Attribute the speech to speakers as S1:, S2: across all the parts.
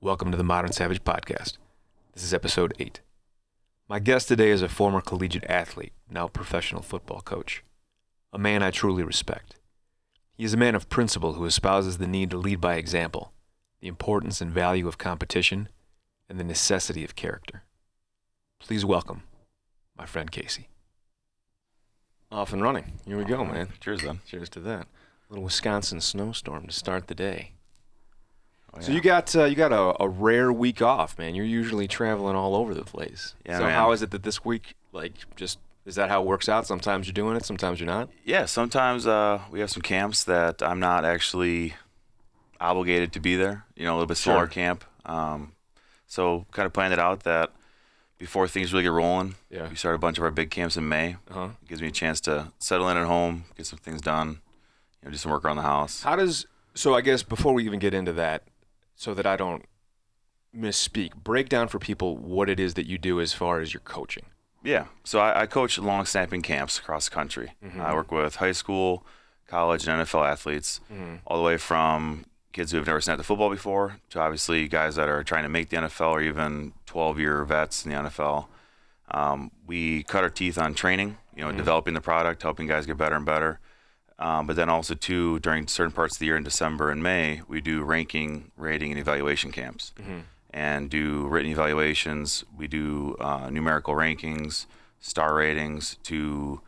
S1: Welcome to the Modern Savage Podcast. This is episode 8. My guest today is a former collegiate athlete, now professional football coach, a man I truly respect. He is a man of principle who espouses the need to lead by example, the importance and value of competition, and the necessity of character. Please welcome my friend Casey.
S2: Off and running. Here we go, man.
S3: Cheers, then.
S2: Cheers to that. Little Wisconsin snowstorm to start the day.
S3: Oh,
S2: So
S3: yeah.
S2: you got uh, you got a, a rare week off, man. You're usually traveling all over the place.
S3: Yeah,
S2: so
S3: man.
S2: how is it that this week, like, just is that how it works out? Sometimes you're doing it, sometimes you're not.
S3: yeah. Sometimes uh, we have some camps that I'm not actually obligated to be there. You know, a little bit smaller
S2: Sure.
S3: camp. Um, so kind of planned it out that before things really get rolling,
S2: Yeah.
S3: we start a bunch of our big camps in May.
S2: Uh huh.
S3: It gives me a chance to settle in at home, get some things done, you know, do some work around the house.
S2: How does so? I guess before we even get into that, so that I don't misspeak, break down for people what it is that you do as far as your coaching.
S3: Yeah. So I, I coach long snapping camps across the country. I work with high school, college, and NFL athletes, all the way from kids who have never snapped the football before to obviously guys that are trying to make the NFL or even 12 year vets in the NFL. Um, we cut our teeth on training, you know, developing the product, helping guys get better and better. Um, but then also too during certain parts of the year in December and May, we do ranking, rating, and evaluation camps, and do written evaluations. We do uh, numerical rankings, star ratings to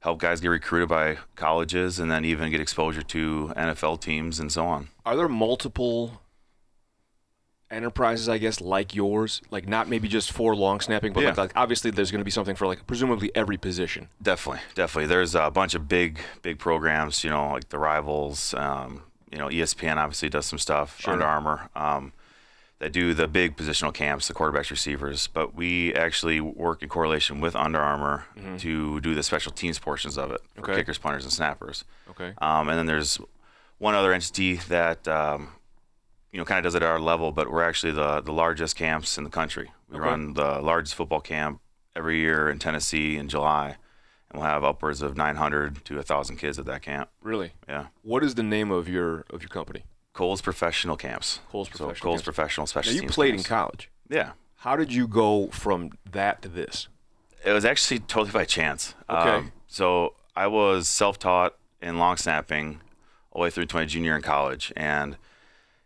S3: help guys get recruited by colleges, and then even get exposure to NFL teams and so on.
S2: are there multiple enterprises i guess like yours like not maybe just for long snapping but like,
S3: Yeah.
S2: like obviously there's going to be something for like presumably every position
S3: Definitely, definitely. There's a bunch of big, big programs. You know, like the Rivals. Um, you know, ESPN obviously does some stuff. Under Armour. Um, that do the big positional camps, the quarterbacks, receivers. But we actually work in correlation with Under armor to do the special teams portions of it for
S2: Okay.
S3: kickers, punters, and snappers.
S2: okay
S3: Um, and then there's one other entity that um, you know kind of does it at our level, but we're actually the the largest camps in the country. We
S2: Okay.
S3: run the largest football camp every year in Tennessee in July, and we'll have upwards of 900 to 1,000 kids at that camp.
S2: really
S3: Yeah,
S2: what is the name of your of your company
S3: Cole's professional camps.
S2: Cole's Professional
S3: So Cole's
S2: Camps.
S3: professional
S2: now
S3: special
S2: you
S3: teams
S2: played in
S3: camps.
S2: college
S3: yeah.
S2: how did you go from that to this
S3: It was actually totally by chance. Um,
S2: Okay.
S3: so I was self-taught in long snapping all the way through to my junior in college, and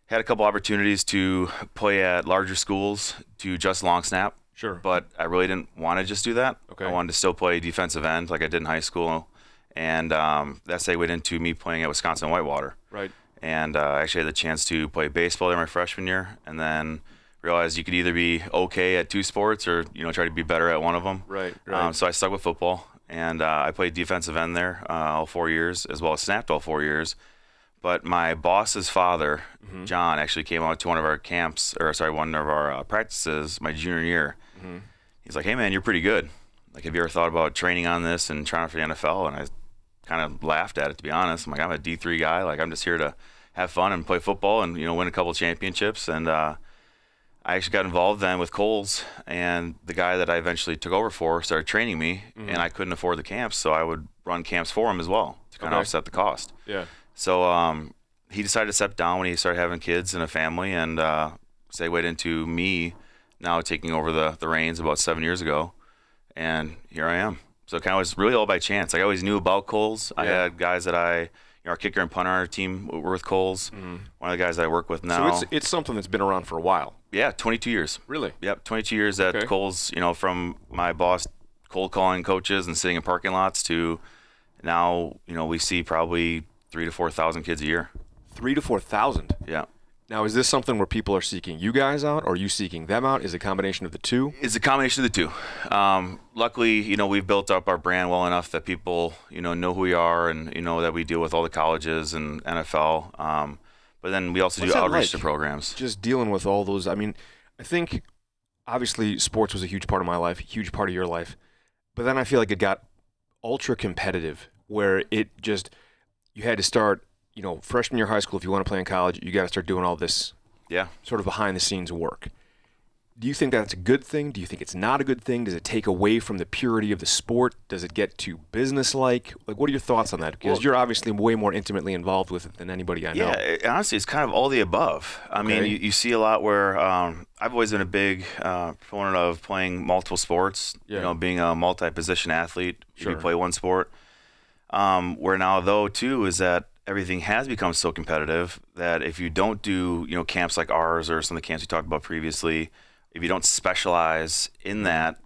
S3: had a couple opportunities to play at larger schools to just long snap.
S2: Sure.
S3: But I really didn't want to just do that.
S2: Okay.
S3: I wanted to still play defensive end like I did in high school, and um, that segued into me playing at Wisconsin Whitewater
S2: right
S3: and uh, I actually had the chance to play baseball there my freshman year, and then realized you could either be okay at two sports or you know try to be better at one of them.
S2: Right,
S3: Um,
S2: right.
S3: so I stuck with football, and uh, I played defensive end there uh, all four years, as well as snapped all four years. But my boss's father,
S2: Mm-hmm.
S3: John, actually came out to one of our camps, or sorry, one of our uh, practices my junior year. He's like, "Hey man, you're pretty good. Like, have you ever thought about training on this and trying for the NFL?" And I kind of laughed at it to be honest. I'm like, I'm a D3 guy. Like, I'm just here to have fun and play football and you know win a couple championships. And uh, I actually got involved then with Coles, and the guy that I eventually took over for started training me, and I couldn't afford the camps, so I would run camps for him as well to kind
S2: Okay.
S3: of offset the cost.
S2: yeah
S3: So um, he decided to step down when he started having kids and a family, and uh, segued into me now taking over the, the reins about seven years ago. And here I am. So it kind of was really all by chance. Like I always knew about Coles. I
S2: Yeah.
S3: had guys that I, you know, our kicker and punter on our team were with Coles. One of the guys that I work with
S2: Mm-hmm. so
S3: now.
S2: it's it's something that's been around for a while
S3: yeah, 22 years.
S2: really
S3: Yep, 22 years at
S2: Okay.
S3: Coles, you know, from my boss cold calling coaches and sitting in parking lots to now, you know, we see probably three to 4,000 kids a year.
S2: three to four thousand
S3: Yeah.
S2: now is this something where people are seeking you guys out or are you seeking them out is it a combination of the two
S3: It's a combination of the two. Um, luckily, you know, we've built up our brand well enough that people, you know, know who we are and, you know, that we deal with all the colleges and NFL. Um, but then we also
S2: What's
S3: do
S2: that
S3: outreach
S2: like?
S3: to programs.
S2: just dealing with all those. I mean, I think obviously sports was a huge part of my life, huge part of your life, but then I feel like it got ultra competitive where it just you had to start, you know, freshman year of high school if you want to play in college, you got to start doing all this
S3: Yeah.
S2: sort of behind the scenes work. do you think that's a good thing? Do you think it's not a good thing? Does it take away from the purity of the sport? Does it get too businesslike? Like, what are your thoughts on that? Because
S3: Well-
S2: you're obviously way more intimately involved with it than anybody I know.
S3: Yeah, it- honestly, it's kind of all the above. I mean,
S2: Okay.
S3: you, you see a lot where um, I've always been a big uh, proponent of playing multiple sports.
S2: Yeah.
S3: You know, being a multi-position athlete, if
S2: Sure.
S3: you play one sport. Um, where now though too is that everything has become so competitive that if you don't do you know camps like ours or some of the camps we talked about previously, if you don't specialize
S2: Mm-hmm.
S3: in that,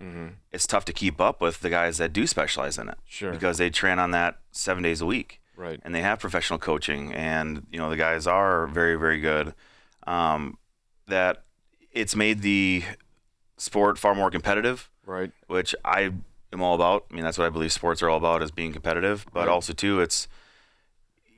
S3: it's tough to keep up with the guys that do specialize in it.
S2: Sure.
S3: Because they train on that seven days a week
S2: Right.
S3: and they have professional coaching and you know the guys are very very good um, that it's made the sport far more competitive
S2: Right.
S3: which i am all about i mean that's what i believe sports are all about is being competitive but also too it's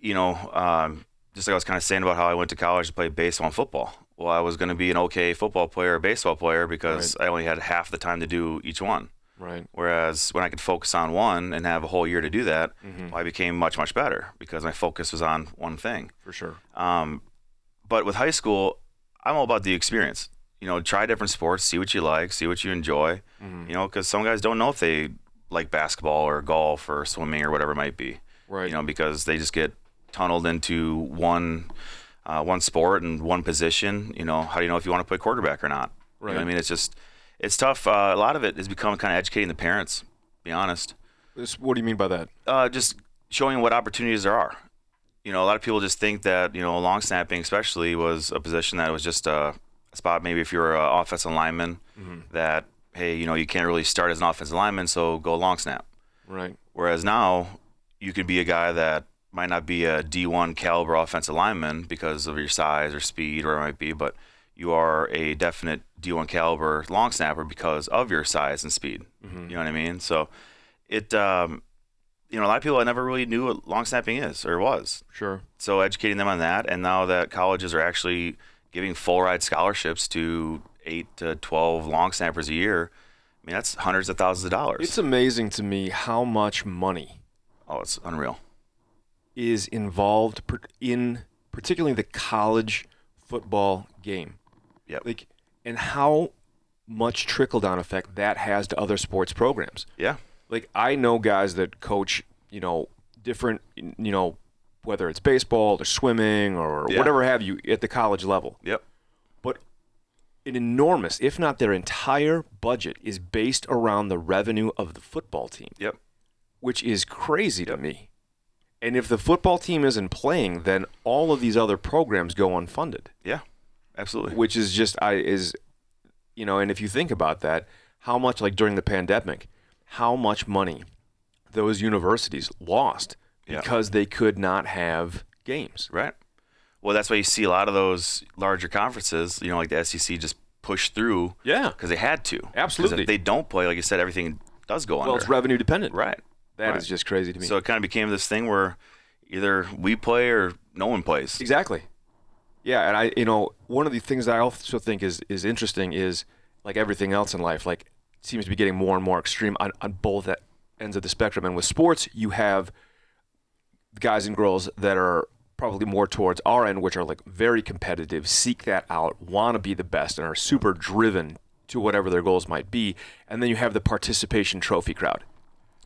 S3: you know um, just like i was kind of saying about how i went to college to play baseball and football well i was going to be an okay football player or baseball player because i only had half the time to do each one
S2: Right.
S3: Whereas when I could focus on one and have a whole year to do that, well, I became much, much better because my focus was on one thing.
S2: For sure.
S3: Um, but with high school, I'm all about the experience. You know, try different sports, see what you like, see what you enjoy. You know, because some guys don't know if they like basketball or golf or swimming or whatever it might be.
S2: Right.
S3: You know, because they just get tunneled into one uh, one sport and one position. You know, how do you know if you want to play quarterback or not? You know what
S2: Right.
S3: I mean, it's just it's tough. Uh, a lot of it has become kind of educating the parents. To be honest
S2: This, what do you mean by that?
S3: uh, just showing what opportunities there are. You know, a lot of people just think that you know long snapping, especially, was a position that was just a, a spot. Maybe if you're an offensive lineman, that hey, you know, you can't really start as an offensive lineman, so go long snap.
S2: Right.
S3: Whereas now, you could be a guy that might not be a D1 caliber offensive lineman because of your size or speed, or it might be, but you are a definite D1 caliber long snapper because of your size and speed. You know what I mean? So it, um, you know, a lot of people I never really knew what long snapping is or was.
S2: Sure.
S3: So educating them on that, and now that colleges are actually giving full ride scholarships to eight to twelve long snappers a year, I mean that's hundreds of thousands of dollars.
S2: It's amazing to me how much money
S3: oh, it's unreal.
S2: is involved per- in particularly the college football game.
S3: Yep.
S2: Like, and how much trickle down effect that has to other sports programs.
S3: Yeah.
S2: Like, I know guys that coach, you know, different, you know, whether it's baseball or swimming or
S3: Yeah.
S2: whatever have you at the college level.
S3: Yep.
S2: But an enormous, if not their entire budget, is based around the revenue of the football team
S3: Yep.
S2: which is crazy to me. And if the football team isn't playing, then all of these other programs go unfunded,
S3: Yeah. Absolutely.
S2: which is just I is you know, and if you think about that, how much like during the pandemic, how much money those universities lost
S3: Yeah.
S2: because they could not have games.
S3: Right. Well, that's why you see a lot of those larger conferences, you know, like the SEC just push through
S2: Yeah.
S3: because they had to. 'Cause
S2: Absolutely.
S3: If they don't play, like you said, everything does go
S2: Well,
S3: under.
S2: it's revenue dependent.
S3: right.
S2: That is
S3: Right.
S2: just crazy to me.
S3: So it kind of became this thing where either we play or no one plays.
S2: Exactly. Yeah, and I, you know, one of the things that I also think is is interesting is like everything else in life, like it seems to be getting more and more extreme on, on both e- ends of the spectrum. And with sports, you have guys and girls that are probably more towards our end, which are like very competitive, seek that out, want to be the best, and are super driven to whatever their goals might be. And then you have the participation trophy crowd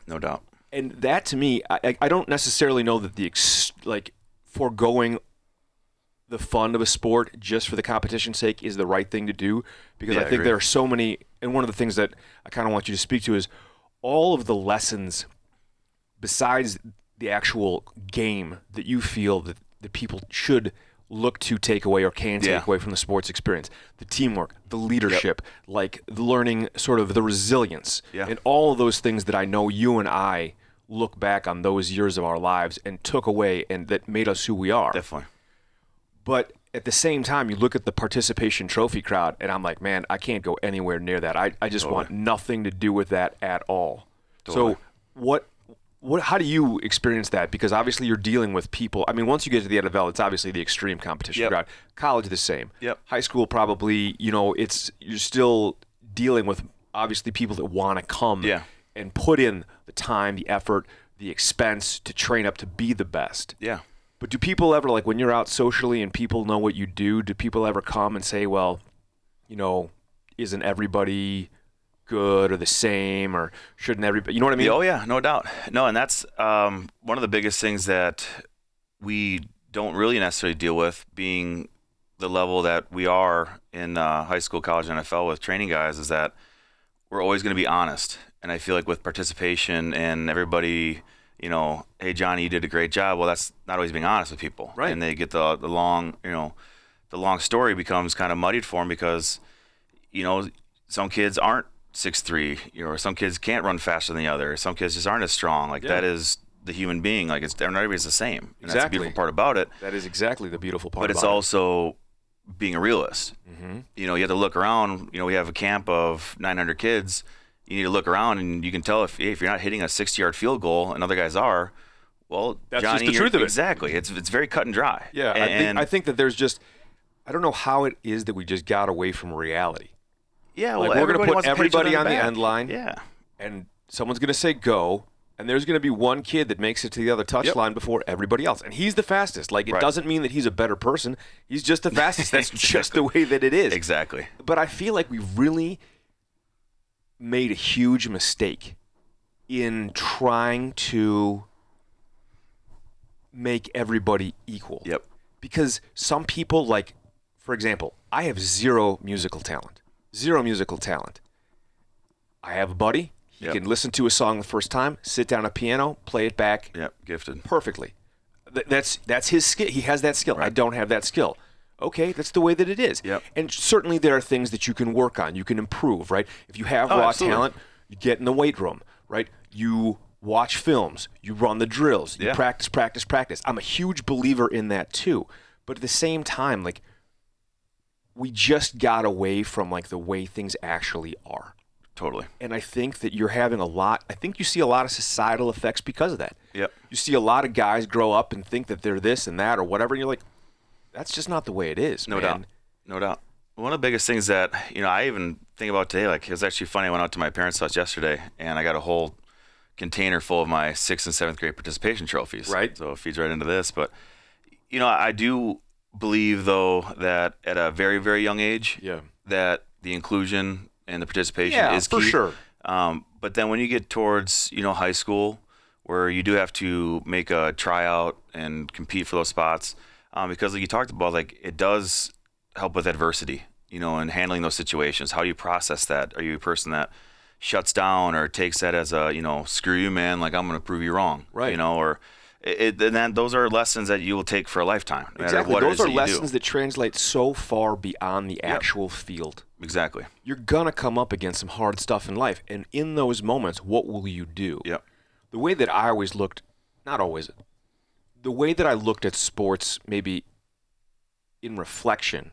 S3: No doubt.
S2: and that to me, I- I, I don't necessarily know that the ex, like foregoing the fun of a sport just for the competition's sake is the right thing to do because
S3: Yeah,
S2: I
S3: I
S2: think
S3: agree.
S2: there are so many. And one of the things that I kind of want you to speak to is all of the lessons besides the actual game that you feel that the people should look to take away or can take
S3: Yeah.
S2: away from the sports experience the teamwork the leadership like the learning sort of the resilience
S3: Yeah.
S2: and all of those things that i know you and i look back on those years of our lives and took away and that made us who we are
S3: Definitely.
S2: but at the same time, you look at the participation trophy crowd, and I'm like, man, I can't go anywhere near that. I, I just want nothing to do with that at all. So what what how do you experience that? Because obviously you're dealing with people. I mean, once you get to the NFL, it's obviously the extreme competition
S3: Yep.
S2: crowd. College the same.
S3: Yep.
S2: High school probably, you know, it's you're still dealing with obviously people that want to come
S3: Yeah.
S2: and put in the time, the effort, the expense to train up to be the best.
S3: Yeah.
S2: But do people ever like when you're out socially and people know what you do? Do people ever come and say, "Well, you know, isn't everybody good or the same or shouldn't everybody? You know what I mean?
S3: Yeah, Oh yeah, no doubt. No, and that's um, one of the biggest things that we don't really necessarily deal with, being the level that we are in uh, high school, college, and NFL with training guys, is that we're always going to be honest. And I feel like with participation and everybody, you know, hey Johnny, you did a great job. Well, that's not always being honest with people,
S2: Right.
S3: And they get the the long, you know, the long story becomes kind of muddied for them because you know, some kids aren't six three, you know, or some kids can't run faster than the other. Some kids just aren't as strong. Like
S2: Yeah.
S3: that is the human being. Like it's not everybody's the same. And That's the
S2: Exactly.
S3: beautiful part about it.
S2: That is exactly the beautiful part.
S3: But it's also being a realist.
S2: hmm
S3: You know, you have to look around. You know, we have a camp of 900 kids. You need to look around, and you can tell if hey, if you're not hitting a 60 yard field goal, and other guys are. Well,
S2: That's just
S3: Johnny,
S2: the
S3: you're-
S2: truth of it.
S3: Exactly. It's it's very cut and dry.
S2: Yeah, I, think,
S3: And-
S2: I think that there's just I don't know how it is that we just got away from reality.
S3: yeah.
S2: like,
S3: Well,
S2: we're gonna
S3: everybody
S2: put
S3: wants to pat each other
S2: everybody
S3: in
S2: on the
S3: back.
S2: end line.
S3: Yeah.
S2: and someone's going to say go, and there's going to be one kid that makes it to the other touch
S1: Yep.
S2: line before everybody else, and he's the fastest. Like it
S3: Right.
S2: doesn't mean that he's a better person; he's just the fastest. That's just the way that it is.
S3: Exactly.
S2: But I feel like we really made a huge mistake in trying to make everybody equal.
S3: Yep.
S2: Because some people, like, for example, I have zero musical talent. Zero musical talent. I have a buddy. He
S3: Yep.
S2: can listen to a song the first time, sit down at piano, play it back
S3: Yep. Gifted.
S2: perfectly. Th- that's that's his skill. He has that skill. I don't have that skill. Okay, that's the way that it is.
S3: Yep.
S2: And certainly there are things that you can work on. You can improve, right? If you have raw
S3: Oh, absolutely.
S2: talent, you get in the weight room, right? You watch films, you run the drills, you
S3: Yeah.
S2: practice, practice, practice. I'm a huge believer in that too. But at the same time, like we just got away from like the way things actually are.
S3: Totally.
S2: And I think that you're having a lot I think you see a lot of societal effects because of that
S3: Yep.
S2: you see a lot of guys grow up and think that they're this and that or whatever and you're like that's just not the way it is
S3: No
S2: man.
S3: doubt. No doubt. One of the biggest things that, you know, I even think about today, like it was actually funny. I went out to my parents' house yesterday and I got a whole container full of my sixth and seventh grade participation trophies.
S2: Right.
S3: So it feeds right into this. But, you know, I do believe, though, that at a very, very young age,
S2: yeah
S3: that the inclusion and the participation
S2: yeah
S3: is
S2: for
S3: key.
S2: sure
S3: Um, but then when you get towards you know high school, where you do have to make a tryout and compete for those spots, um, because like you talked about, like it does help with adversity, you know, and handling those situations. How do you process that? Are you a person that shuts down or takes that as a you know screw you man, like I'm gonna prove you wrong,
S2: Right.
S3: You know, or it, it, and then those are lessons that you will take for a lifetime. no matter
S2: exactly
S3: what it is
S2: those are
S3: that you do.
S2: lessons that translate so far beyond the actual field
S3: Exactly.
S2: you're gonna come up against some hard stuff in life and in those moments what will you do
S3: Yep.
S2: the way that I always looked, not always, the way that I looked at sports, maybe in reflection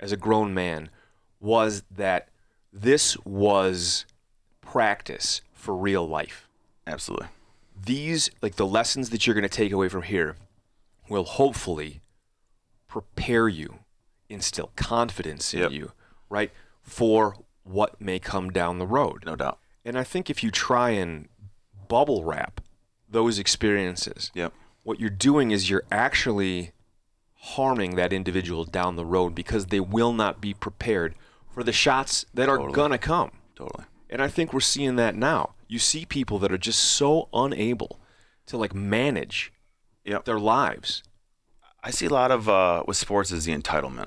S2: as a grown man, was that this was practice for real life.
S3: Absolutely.
S2: These, like the lessons that you're going to take away from here, will hopefully prepare you, instill confidence in
S3: Yep.
S2: you, right, for what may come down the road.
S3: No doubt.
S2: And I think if you try and bubble wrap those experiences,
S3: Yep.
S2: what you're doing is you're actually harming that individual down the road because they will not be prepared for the shots that are
S3: Totally.
S2: gonna come.
S3: Totally.
S2: And I think we're seeing that now. You see people that are just so unable to like manage
S3: Yep.
S2: their lives.
S3: I see a lot of uh, with sports is the entitlement.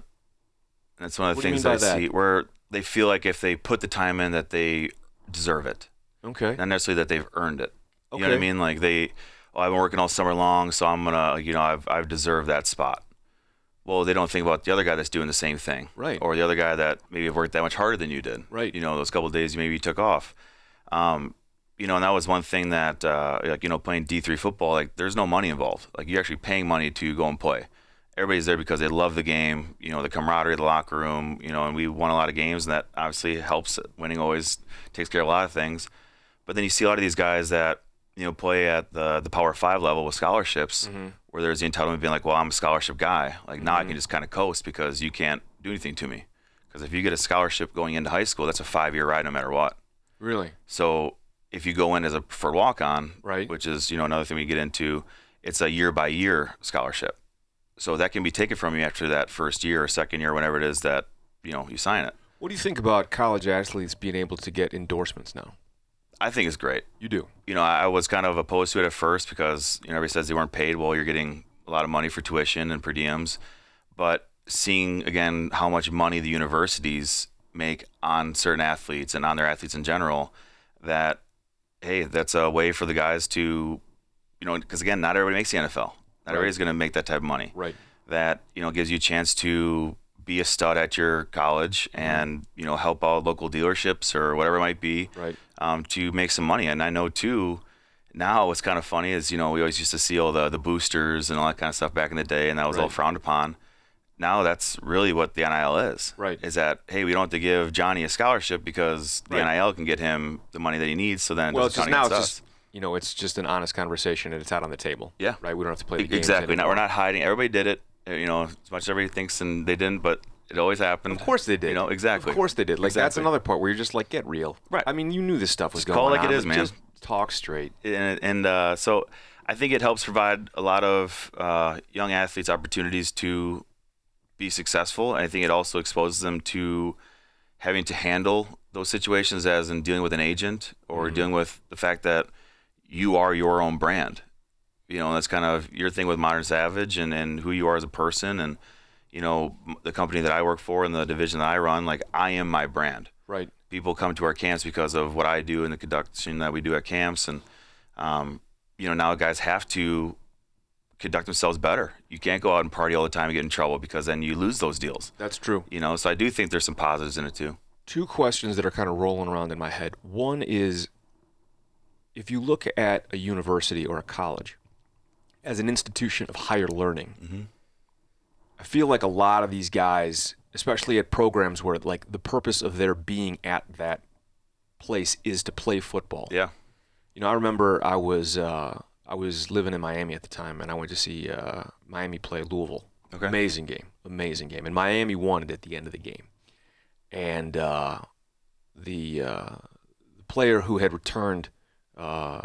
S3: And that's one of the
S2: What do you
S3: things
S2: mean
S3: that I
S2: by that?
S3: see where they feel like if they put the time in that they deserve it.
S2: Okay.
S3: Not necessarily that they've earned it. You know what
S2: Okay.
S3: I mean? Like they oh, I've been working all summer long, so I'm gonna you know, I've I've deserved that spot. Well, they don't think about the other guy that's doing the same thing.
S2: Right.
S3: Or the other guy that maybe worked that much harder than you did.
S2: Right.
S3: You know, those couple of days you maybe took off. Um, you know, and that was one thing that, uh, like, you know, playing D3 football, like, there's no money involved. Like, you're actually paying money to go and play. Everybody's there because they love the game, you know, the camaraderie, the locker room, you know, and we won a lot of games, and that obviously helps. Winning always takes care of a lot of things. But then you see a lot of these guys that, you know, play at the, the Power Five level with scholarships, where there's the entitlement of being like, well, I'm a scholarship guy. Like, now I can just kind of coast because you can't do anything to me. Because if you get a scholarship going into high school, that's a five year ride no matter what.
S2: Really?
S3: So if you go in as a preferred walk on,
S2: Right.
S3: which is you know another thing we get into, it's a year by year scholarship. So that can be taken from you after that first year or second year, whenever it is that you know you sign it.
S2: What do you think about college athletes being able to get endorsements now?
S3: I think it's great.
S2: You do.
S3: You know, I I was kind of opposed to it at first because you know everybody says they weren't paid. Well, you're getting a lot of money for tuition and per diems, but seeing again how much money the universities make on certain athletes and on their athletes in general, that hey, that's a way for the guys to, you know, because again, not everybody makes the NFL. Not everybody's going to make that type of money.
S2: Right.
S3: That you know gives you a chance to be a stud at your college and you know help out local dealerships or whatever it might be
S2: Right.
S3: um, to make some money. And I know too, now what's kind of funny is you know we always used to see all the the boosters and all that kind of stuff back in the day, and that was all
S2: Right.
S3: frowned upon. Now that's really what the NIL is.
S2: Right.
S3: Is that hey, we don't have to give Johnny a scholarship because the
S2: Right.
S3: NIL can get him the money that he needs. So then it
S2: Well, it's just
S3: doesn't count
S2: now it's
S3: against us.
S2: just you know it's just an honest conversation and it's out on the table.
S3: Yeah. E,
S2: Right. We don't have to play the games
S3: exactly. Now
S2: anymore.
S3: we're not hiding. Everybody did it. uh, You know, as much as everybody thinks and they didn't, but it always happened.
S2: Of course they did.
S3: You know exactly.
S2: Of course they did. Like that's
S3: Exactly.
S2: another part where you're just like, get real.
S3: Right.
S2: I mean, you knew this stuff was
S3: Just
S2: going
S3: call
S2: on.
S3: it like it is, man.
S2: Just talk straight.
S3: and, and uh, so I think it helps provide a lot of uh, young athletes opportunities to be successful. I think it also exposes them to having to handle those situations as in dealing with an agent or dealing with the fact that you are your own brand. You know, that's kind of your thing with Modern Savage and, and who you are as a person and, you know, m- the company that I work for and the division that I run, like I am my brand
S2: Right.
S3: people come to our camps because of what I do and the conduction that we do at camps. And, um, you know, now guys have to conduct themselves better. You can't go out and party all the time and get in trouble because then you lose those deals,
S2: That's true.
S3: you know? So I do think there's some positives in it too.
S2: two questions that are kind of rolling around in my head. One is if you look at a university or a college as an institution of higher learning,
S3: Mm-hmm.
S2: I feel like a lot of these guys, especially at programs where like the purpose of their being at that place is to play football.
S3: Yeah.
S2: You know, I remember I was uh, I was living in Miami at the time, and I went to see uh, Miami play Louisville.
S3: Okay.
S2: Amazing game, amazing game, and Miami won it at the end of the game. And uh, the uh, the player who had returned uh,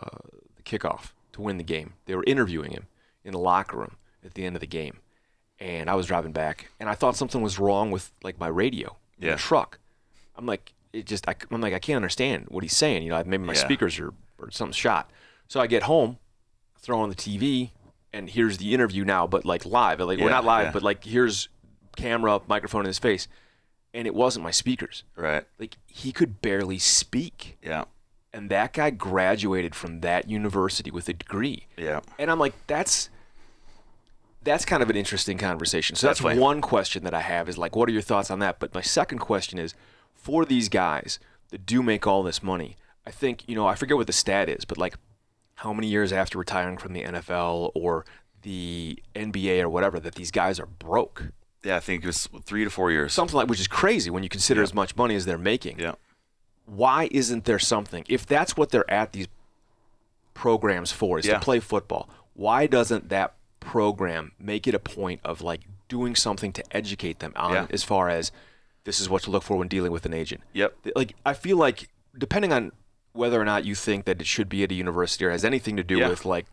S2: the kickoff to win the game, they were interviewing him in the locker room at the end of the game, and I was driving back, and I thought something was wrong with like my radio, in
S3: Yeah.
S2: the truck. I'm like, it just, I, am like, I can't understand what he's saying. You know, maybe my
S3: Yeah.
S2: speakers are or something's shot. So I get home, throw on the TV, and here's the interview now, but like live. Like we're
S3: Yeah,
S2: not live,
S3: yeah.
S2: but like here's camera, microphone in his face, and it wasn't my speakers.
S3: Right.
S2: Like he could barely speak,
S3: Yeah.
S2: and that guy graduated from that university with a degree.
S3: Yeah.
S2: And I'm like, that's that's kind of an interesting conversation. So that's
S3: Definitely.
S2: one question that I have is like, what are your thoughts on that? But my second question is, for these guys that do make all this money, I think you know I forget what the stat is, but like, how many years after retiring from the NFL or the NBA or whatever that these guys are broke?
S3: Yeah. I think it was three to four years.
S2: Something like which is crazy when you consider as much money as they're making
S3: yeah.
S2: why isn't there something if that's what they're at these programs for is
S3: Yeah.
S2: to play football why doesn't that program make it a point of like doing something to educate them on
S3: Yeah.
S2: as far as this is what to look for when dealing with an agent
S3: Yep.
S2: Th- like i feel like depending on whether or not you think that it should be at a university or has anything to do
S3: Yeah.
S2: with like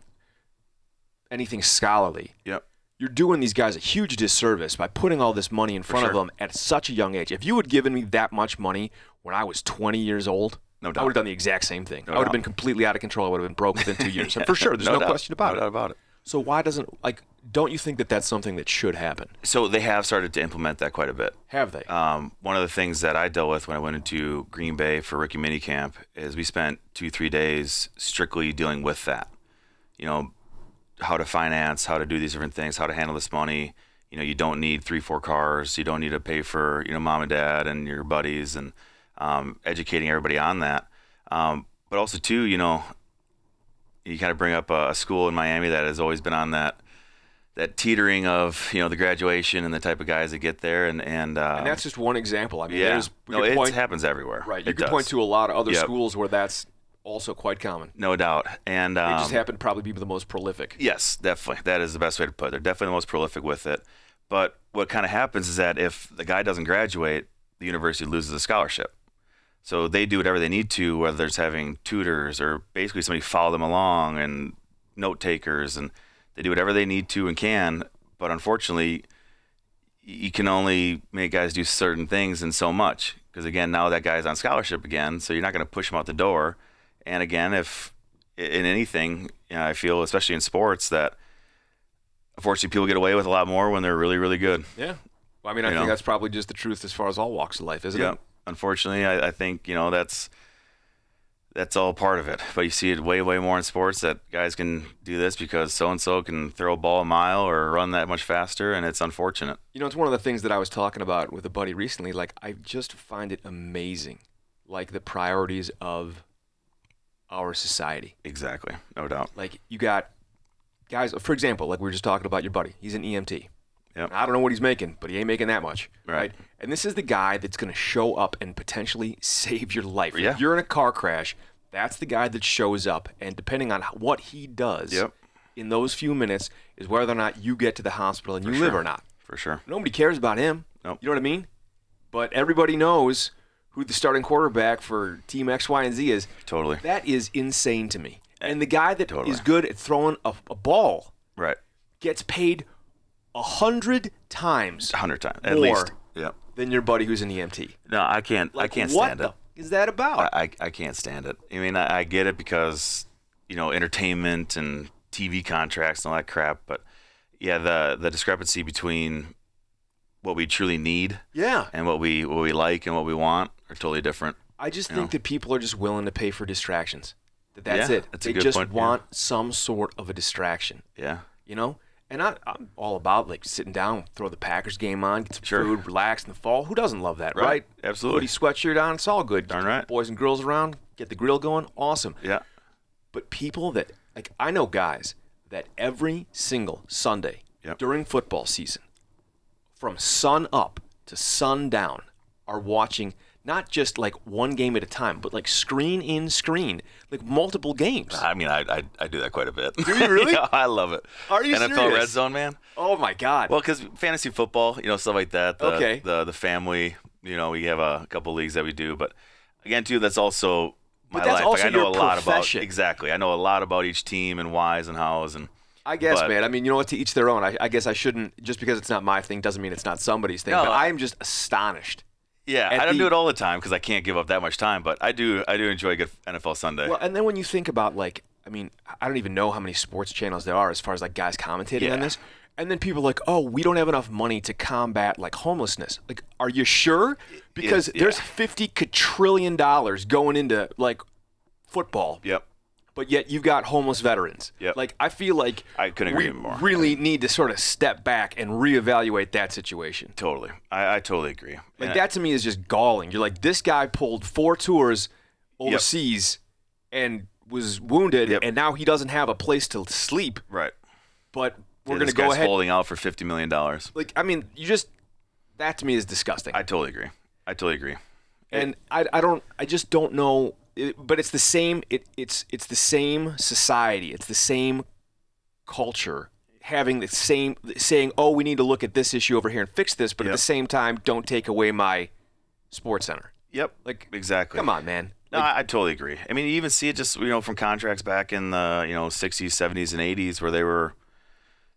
S2: anything scholarly
S3: Yep.
S2: you're doing these guys a huge disservice by putting all this money in front of
S3: sure.
S2: them at such a young age. If you had given me that much money when I was 20 years old,
S3: No
S2: I
S3: doubt.
S2: would have done the exact same thing. I would have
S3: doubt.
S2: been completely out of control. I would have been broke within two years. For sure, there's no,
S3: doubt.
S2: question about
S3: No
S2: it.
S3: doubt about it.
S2: So why doesn't like don't you think that that's something that should happen?
S3: So they have started to implement that quite a bit.
S2: Have they?
S3: Um, one of the things that I dealt with when I went into Green Bay for rookie minicamp is we spent two, three days strictly dealing with that. You know, how to finance, how to do these different things, how to handle this money. You know, you don't need three, four cars. You don't need to pay for you know mom and dad and your buddies and um, educating everybody on that. Um, but also too, you know, you kind of bring up a, a school in Miami that has always been on that that teetering of you know the graduation and the type of guys that get there and and, uh,
S2: and that's just one example. I mean,
S3: yeah.
S2: there's we
S3: no,
S2: could
S3: it
S2: point
S3: happens everywhere.
S2: right. You
S3: It
S2: could
S3: does.
S2: point to a lot of other
S3: Yep.
S2: schools where that's also quite common.
S3: no doubt. And
S2: They
S3: um,
S2: just happen to probably be the most prolific.
S3: Yes, definitely. That is the best way to put it. They're definitely the most prolific with it. But what kind of happens is that if the guy doesn't graduate, the university loses a scholarship. So they do whatever they need to, whether it's having tutors or basically somebody follow them along and note takers, and they do whatever they need to and can. But unfortunately, you can only make guys do certain things and so much Because again, now that guy's on scholarship again, so you're not going to push him out the door. And again, if in anything, you know, I feel, especially in sports, that unfortunately people get away with a lot more when they're really, really good.
S2: Yeah. Well, I mean, I
S3: You
S2: think
S3: know.
S2: that's probably just the truth as far as all walks of life, isn't
S3: yeah.
S2: it?
S3: Unfortunately, I, I think you know that's that's all part of it. But you see it way, way more in sports that guys can do this because so and so can throw a ball a mile or run that much faster, and it's unfortunate.
S2: You know, it's one of the things that I was talking about with a buddy recently. Like, I just find it amazing, like the priorities of our society.
S3: Exactly, no doubt.
S2: Like, you got guys, for example, like we were just talking about your buddy. He's an E EMT.
S3: Yep.
S2: I don't know what he's making, but he ain't making that much.
S3: Right.
S2: And this is the guy that's going to show up and potentially save your life.
S3: Yeah.
S2: If you're in a car crash, that's the guy that shows up. And depending on what he does
S3: Yep.
S2: in those few minutes is whether or not you get to the hospital and you live
S3: sure.
S2: or not.
S3: for sure.
S2: Nobody cares about him.
S3: Nope.
S2: You know what I mean? But everybody knows who the starting quarterback for team X, Y, and Z is.
S3: Totally.
S2: That is insane to me. And the guy that is
S3: Eh, Totally.
S2: good at throwing a, a ball
S3: Right.
S2: gets paid a hundred times
S3: A hundred times at
S2: More.
S3: least. Yeah.
S2: than your buddy who's E an EMT.
S3: No, I can't. I can't
S2: what
S3: stand
S2: the
S3: it.
S2: f- is that about?
S3: I, I I can't stand it. I mean, I, I get it because you know entertainment and TV contracts and all that crap, but yeah, the the discrepancy between what we truly need
S2: yeah.
S3: and what we what we like and what we want are totally different.
S2: I just think that people are just willing to pay for distractions. That that's
S3: Yeah,
S2: it.
S3: that's a
S2: they
S3: good
S2: just
S3: point, yeah.
S2: want some sort of a distraction.
S3: Yeah.
S2: you know. And I, I'm all about like sitting down, throw the Packers game on, get some
S3: Sure.
S2: food, relax in the fall. Who doesn't love that, right?
S3: Right. Absolutely.
S2: Hoodie, sweatshirt on, it's all good.
S3: Darn
S2: Get
S3: right.
S2: Boys and girls around, get the grill going, awesome.
S3: Yeah.
S2: But people that like, I know guys that every single Sunday
S3: Yep.
S2: during football season, from sun up to sundown, are watching not just like one game at a time, but like screen in screen, like multiple games.
S3: I mean, I, I, I do that quite a bit. Do
S2: you really?
S3: I love it.
S2: Are you
S3: NFL
S2: serious?
S3: Red Zone, man.
S2: oh my god!
S3: Well, because fantasy football, you know, stuff like that. The,
S2: Okay.
S3: The the family, you know, we have a couple leagues that we do, but again, too, that's also my
S2: But that's
S3: life.
S2: also
S3: like, I know
S2: your
S3: a lot
S2: profession.
S3: about exactly. I know a lot about each team and whys and hows and
S2: I guess,
S3: But-
S2: man. I mean, you know what? To each their own. I, I guess I shouldn't just because it's not my thing doesn't mean it's not somebody's thing.
S3: No,
S2: but
S3: I-
S2: I am just astonished.
S3: yeah.
S2: At
S3: I don't
S2: the-
S3: do it all the time because I can't give up that much time, but I do. I do enjoy a good NFL Sunday.
S2: Well, and then when you think about like, I mean, I don't even know how many sports channels there are as far as like guys commentating on
S3: Yeah.
S2: this. And then people are like, oh, we don't have enough money to combat like homelessness. Like, are you sure? Because
S3: yeah.
S2: there's fifty quadrillion dollars going into like football,
S3: yep.
S2: but yet you've got homeless veterans.
S3: Yep.
S2: Like, I feel like
S3: I couldn't
S2: we
S3: agree more.
S2: really need to sort of step back and reevaluate that situation.
S3: Totally. I, I totally agree.
S2: Like
S3: And
S2: that to me is just galling. You're like, this guy pulled four tours overseas and was wounded,
S3: Yep.
S2: and now he doesn't have a place to sleep.
S3: Right.
S2: But we're
S3: Yeah,
S2: gonna
S3: this
S2: go
S3: guy's
S2: ahead.
S3: holding out for fifty million dollars.
S2: Like, I mean, you just that to me is disgusting.
S3: I totally agree. I totally agree.
S2: and I, I don't, I just don't know. It, but it's the same. It, it's it's the same society. It's the same culture having the same saying. Oh, we need to look at this issue over here and fix this. But at
S3: Yep.
S2: the same time, don't take away my sports center.
S3: Yep.
S2: Like,
S3: exactly.
S2: Come on, man.
S3: No, I, I totally agree. I mean, you even see it just you know from contracts back in the you know 60s, 70s, and 80s where they were,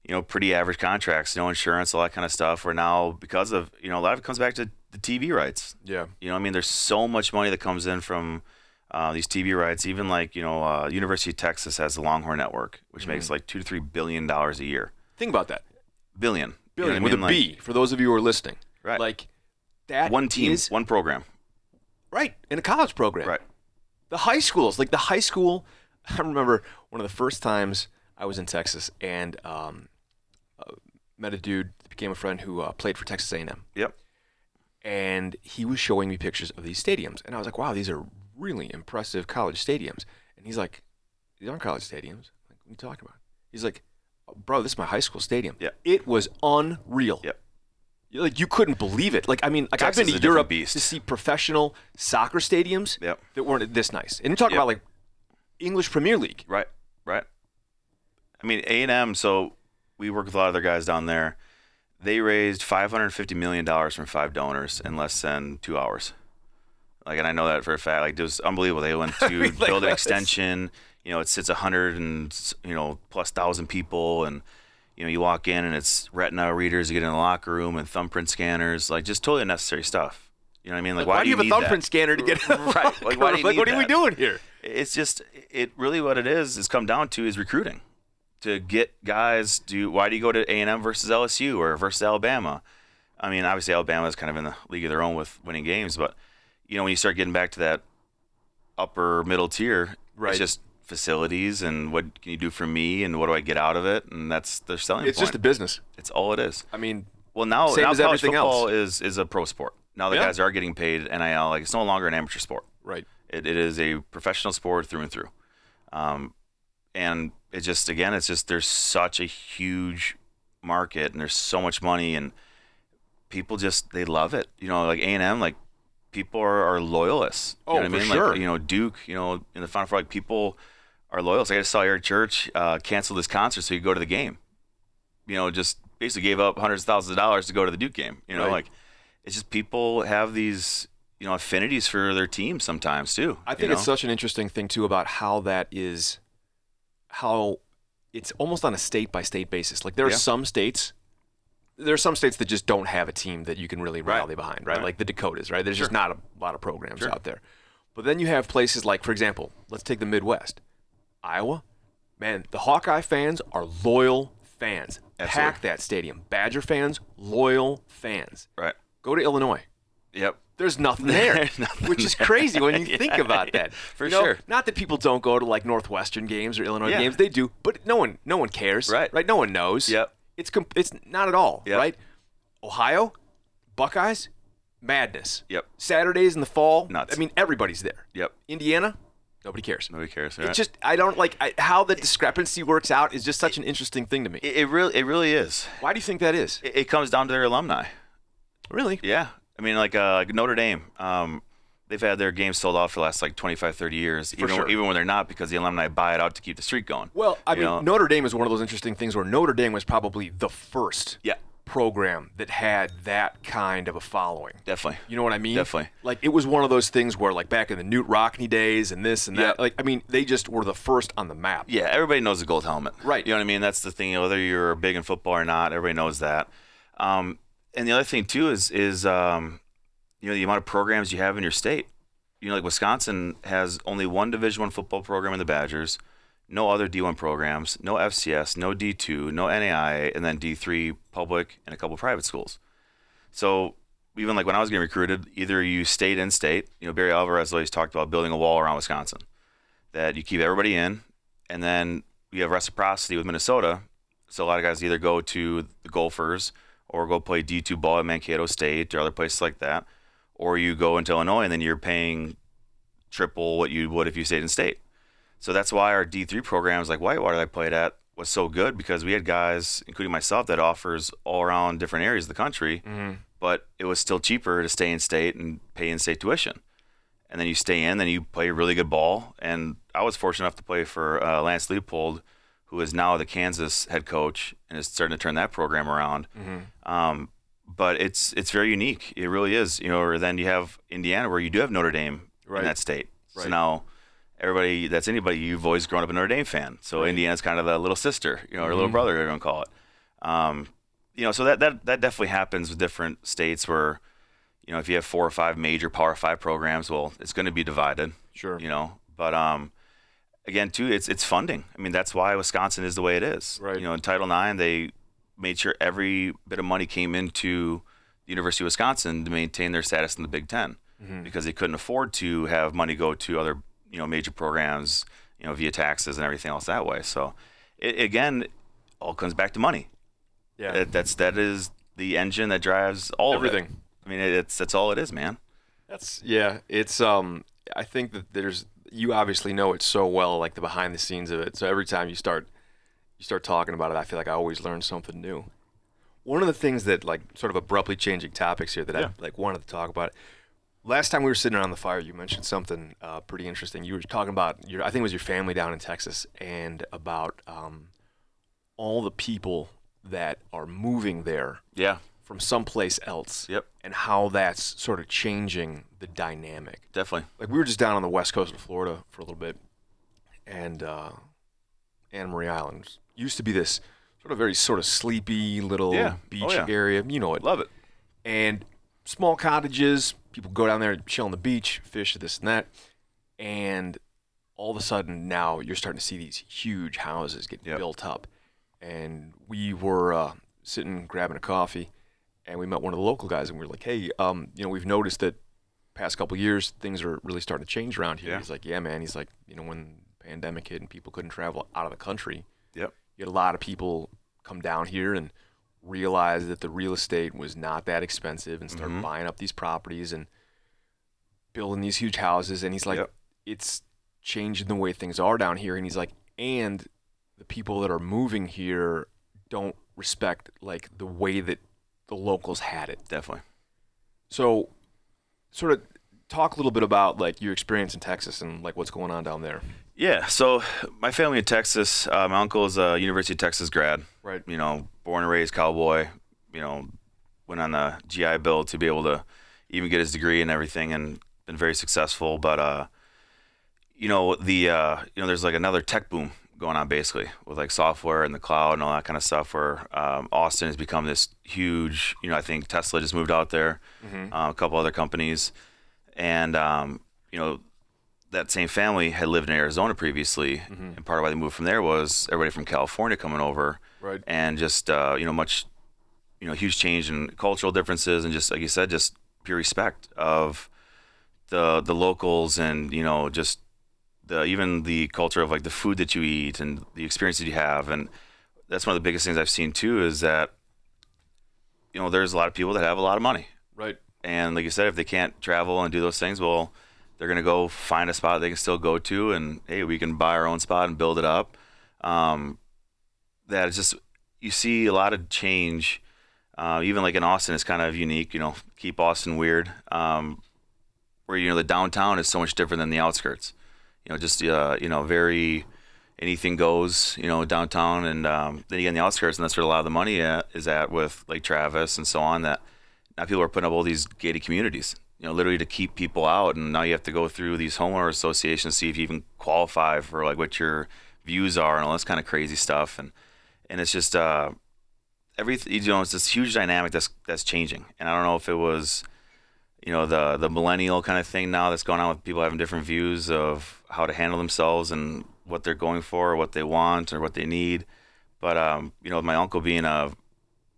S3: you know, pretty average contracts, no insurance, all that kind of stuff. Where now because of you know a lot of it comes back to the TV rights.
S2: Yeah.
S3: You know, I mean, there's so much money that comes in from uh, these TV rights. Even like you know, uh, University of Texas has the Longhorn Network, which makes
S2: Mm-hmm.
S3: like two to three billion dollars a year.
S2: Think about that.
S3: Billion. You know
S2: Billion
S3: what I
S2: with
S3: mean?
S2: a
S3: Like,
S2: B for those of you who are listening.
S3: Right.
S2: Like that
S3: One team,
S2: is-
S3: one program.
S2: right in a college program.
S3: Right.
S2: The high schools, like the high school. I remember one of the first times I was in Texas and um, uh, met a dude that became a friend who uh, played for Texas A&M,
S3: Yep.
S2: and he was showing me pictures of these stadiums, and I was like, "Wow, these are really impressive college stadiums." And he's like, "These aren't college stadiums." I'm like, what are you talking about? He's like, "Bro, this is my high school stadium."
S3: Yeah.
S2: It was unreal.
S3: Yep.
S2: You- Like you couldn't believe it. Like I mean, like
S3: Texas
S2: I've
S3: is
S2: been
S3: a
S2: to
S3: different
S2: Europe
S3: beast.
S2: to see professional soccer stadiums
S3: Yep.
S2: that weren't this nice. And you're talking
S3: Yep.
S2: about like English Premier League.
S3: Right, right. I mean, A and M. So we work with a lot of their guys down there. They raised five hundred fifty million dollars from five donors in less than two hours. Like, and I know that for a fact. Like, it was unbelievable. They went to
S2: mean, like,
S3: build an
S2: that's-
S3: extension. You know, it sits a hundred and you know plus thousand people, and you know you walk in and it's retina readers. You get in the locker room and thumbprint scanners. Like, just totally unnecessary stuff. You know what I mean? Like,
S2: Why, do you have a
S3: need
S2: thumbprint scanner to
S3: that?
S2: get
S3: right? Like, why do you
S2: like
S3: need
S2: what are we
S3: that?
S2: doing here?
S3: It's just it really what it is is come down to is recruiting to get guys. Do why do you go to A and M versus LSU or versus Alabama? I mean, obviously Alabama is kind of in the league of their own with winning games, but you know when you start getting back to that upper middle tier,
S2: Right.
S3: it's just facilities and what can you do for me and what do I get out of it, and that's their selling
S2: It's
S3: point.
S2: just a business.
S3: it's all it is.
S2: I mean,
S3: Well, now,
S2: Same
S3: now
S2: as
S3: college
S2: everything else.
S3: football is is a pro sport. Now the
S2: Yeah.
S3: guys are getting paid NIL. Like it's no longer an amateur sport.
S2: right.
S3: It, it is a professional sport through and through. Um, and it just again, it's just there's such a huge market and there's so much money and people just they love it. You know, like A and M, like people are, are loyalists. You
S2: Oh,
S3: know what
S2: for
S3: I mean?
S2: sure.
S3: Like you know Duke, you know in the Final Four, like people are loyalists. Like I just saw Eric Church uh, canceled his concert so he could go to the game. You know, just basically gave up hundreds of thousands of dollars to go to the Duke game. You know,
S2: Right.
S3: like it's just people have these you know affinities for their team sometimes too.
S2: I
S3: you
S2: think it's
S3: know?
S2: such an interesting thing too about how that is, how it's almost on a state by state basis. Like there are
S3: Yeah.
S2: some states, there are some states that just don't have a team that you can really rally behind, right?
S3: Right.
S2: Like the Dakotas, right? There's just
S3: Sure.
S2: not a lot of programs
S3: Sure.
S2: out there. But then you have places like, for example, let's take the Midwest, Iowa. Man, the Hawkeye fans are loyal fans.
S3: Absolutely.
S2: Pack that stadium. Badger fans, loyal fans.
S3: right.
S2: Go to Illinois
S3: Yep.
S2: there's nothing there,
S3: There's nothing
S2: which is
S3: there.
S2: crazy when you think
S3: Yeah,
S2: about that.
S3: yeah, for
S2: You know,
S3: sure.
S2: Not that people don't go to like Northwestern games or Illinois
S3: Yeah.
S2: games, they do, but no one, no one cares,
S3: Right.
S2: Right? No one knows.
S3: Yep.
S2: It's com- it's not at all, right?
S3: Yep.
S2: Ohio, Buckeyes, madness.
S3: Yep.
S2: Saturdays in the fall,
S3: Nuts.
S2: I mean, everybody's there.
S3: Yep.
S2: Indiana, nobody cares.
S3: Nobody cares.
S2: It's
S3: right?
S2: just I don't like I, how the discrepancy works out is just such an interesting thing to me.
S3: it, it really it really is.
S2: Why do you think that is?
S3: It, it comes down to their alumni.
S2: Really?
S3: Yeah. I mean, like uh, like Notre Dame, um, they've had their games sold out for the last like 25, 30 years, even,
S2: sure.
S3: even when they're not, because the alumni buy it out to keep the streak going.
S2: Well, I
S3: You
S2: mean,
S3: know?
S2: Notre Dame is one of those interesting things where Notre Dame was probably the first
S3: Yeah.
S2: program that had that kind of a following.
S3: Definitely.
S2: You know what I mean?
S3: Definitely.
S2: Like it was one of those things where, like back in the Newt Rockney days and this and that.
S3: Yeah.
S2: Like I mean, they just were the first on the map.
S3: Yeah, everybody knows the gold helmet.
S2: Right.
S3: You know what I mean? That's the thing. Whether you're big in football or not, everybody knows that. Um, and the other thing too is is um, you know the amount of programs you have in your state. You know, like Wisconsin has only one Division One football program in the Badgers, no other D1 programs, no FCS, no D2, no NAI, and then D3 public and a couple private schools. So even like when I was getting recruited, either you stayed in state. You know, Barry Alvarez always talked about building a wall around Wisconsin, that you keep everybody in, and then we have reciprocity with Minnesota. So a lot of guys either go to the Gophers or go play D2 ball at Mankato State or other places like that, or you go into Illinois and then you're paying triple what you would if you stayed in state. So that's why our D3 programs like Whitewater that I played at was so good because we had guys, including myself, that offers all around different areas of the country, but it was still cheaper to stay in state and pay in state tuition and then you stay in, then you play really good ball. And I was fortunate enough to play for uh, Lance Leopold, who is now the Kansas head coach and is starting to turn that program around.
S2: Mm-hmm.
S3: Um, but it's it's very unique. It really is. You know, or then you have Indiana, where you do have Notre Dame
S2: Right.
S3: in that state.
S2: Right.
S3: So now everybody that's anybody you've always grown up a Notre Dame fan. So Indiana's kind of the little sister, you know, or little
S2: Mm-hmm.
S3: brother, everyone call it. Um, you know, so that, that that definitely happens with different states where you know, if you have four or five major Power Five programs, well, it's going to be divided.
S2: Sure.
S3: You know, but um, again, too, it's it's funding. I mean, that's why Wisconsin is the way it is.
S2: Right.
S3: You know, in Title IX, they made sure every bit of money came into the University of Wisconsin to maintain their status in the Big 10 because they couldn't afford to have money go to other you know major programs, you know, via taxes and everything else that way. So, it, again, all comes back to money.
S2: Yeah.
S3: That, that's that is the engine that drives all of it.
S2: Everything.
S3: I mean, it, it's that's all it is, man.
S2: That's yeah. It's um. I think that there's you obviously know it so well, like the behind the scenes of it. So every time you start you start talking about it, I feel like I always learn something new. One of the things that like sort of abruptly changing topics here that
S3: Yeah.
S2: I like wanted to talk about. Last time we were sitting around the fire, you mentioned something uh, pretty interesting. You were talking about your, I think it was your family down in Texas, and about um, all the people that are moving there
S3: Yeah,
S2: from someplace else.
S3: Yep.
S2: And how that's sort of changing the dynamic.
S3: definitely.
S2: Like we were just down on the west coast of Florida for a little bit, and uh, Anna Marie Island used to be this sort of very sort of sleepy little
S3: Yeah. Oh,
S2: beach
S3: yeah.
S2: area. You know it.
S3: Love it.
S2: And small cottages. People go down there, chill on the beach, fish, this and that. And all of a sudden now you're starting to see these huge houses get
S3: Yep.
S2: built up. And we were uh, sitting grabbing a coffee, and we met one of the local guys, and we were like, "Hey, um, you know, we've noticed that past couple years things are really starting to change around here."
S3: Yeah.
S2: He's like, "Yeah, man." He's like, "You know, when the pandemic hit and people couldn't travel out of the country,
S3: Yep.
S2: you had a lot of people come down here and realize that the real estate was not that expensive and start
S3: Mhm.
S2: buying up these properties and building these huge houses." And he's like,
S3: Yep.
S2: "It's changing the way things are down here." And he's like, "And the people that are moving here don't respect like the way that the locals had it."
S3: Definitely.
S2: So, sort of talk a little bit about like your experience in Texas and like what's going on down there.
S3: Yeah. So my family in Texas, uh, my uncle is a University of Texas grad.
S2: Right.
S3: You know, born and raised cowboy. You know, went on the GI Bill to be able to even get his degree and everything, and been very successful. But uh, you know, the uh, you know, there's like another tech boom going on basically with like software and the cloud and all that kind of stuff. Where um, Austin has become this huge. You know, I think Tesla just moved out there. Uh, a couple other companies, and um, you know, that same family had lived in Arizona previously, and part of why they moved from there was everybody from California coming over,
S2: Right.
S3: and just uh, you know much, you know, huge change in cultural differences, and just like you said, just pure respect of the the locals, and you know, just the even the culture of like the food that you eat and the experience that you have, and that's one of the biggest things I've seen too is that you know there's a lot of people that have a lot of money
S2: Right.
S3: and like you said, if they can't travel and do those things, well, they're gonna go find a spot they can still go to, and hey, we can buy our own spot and build it up. Um, that is just you see a lot of change. Uh, even like in Austin, it's kind of unique. You know, keep Austin weird. Um, where you know the downtown is so much different than the outskirts. You know, just uh, you know, very anything goes. You know, downtown, and um, then you get in the outskirts, and that's where a lot of the money at, is at with like Travis and so on. That now people are putting up all these gated communities, you know, literally to keep people out. And now you have to go through these homeowner associations, see if you even qualify for like what your views are and all this kind of crazy stuff. And, and it's just, uh, everything, you know, it's this huge dynamic that's, that's changing. And I don't know if it was, you know, the, the millennial kind of thing now that's going on with people having different views of how to handle themselves and what they're going for or what they want or what they need. But, um, you know, my uncle being a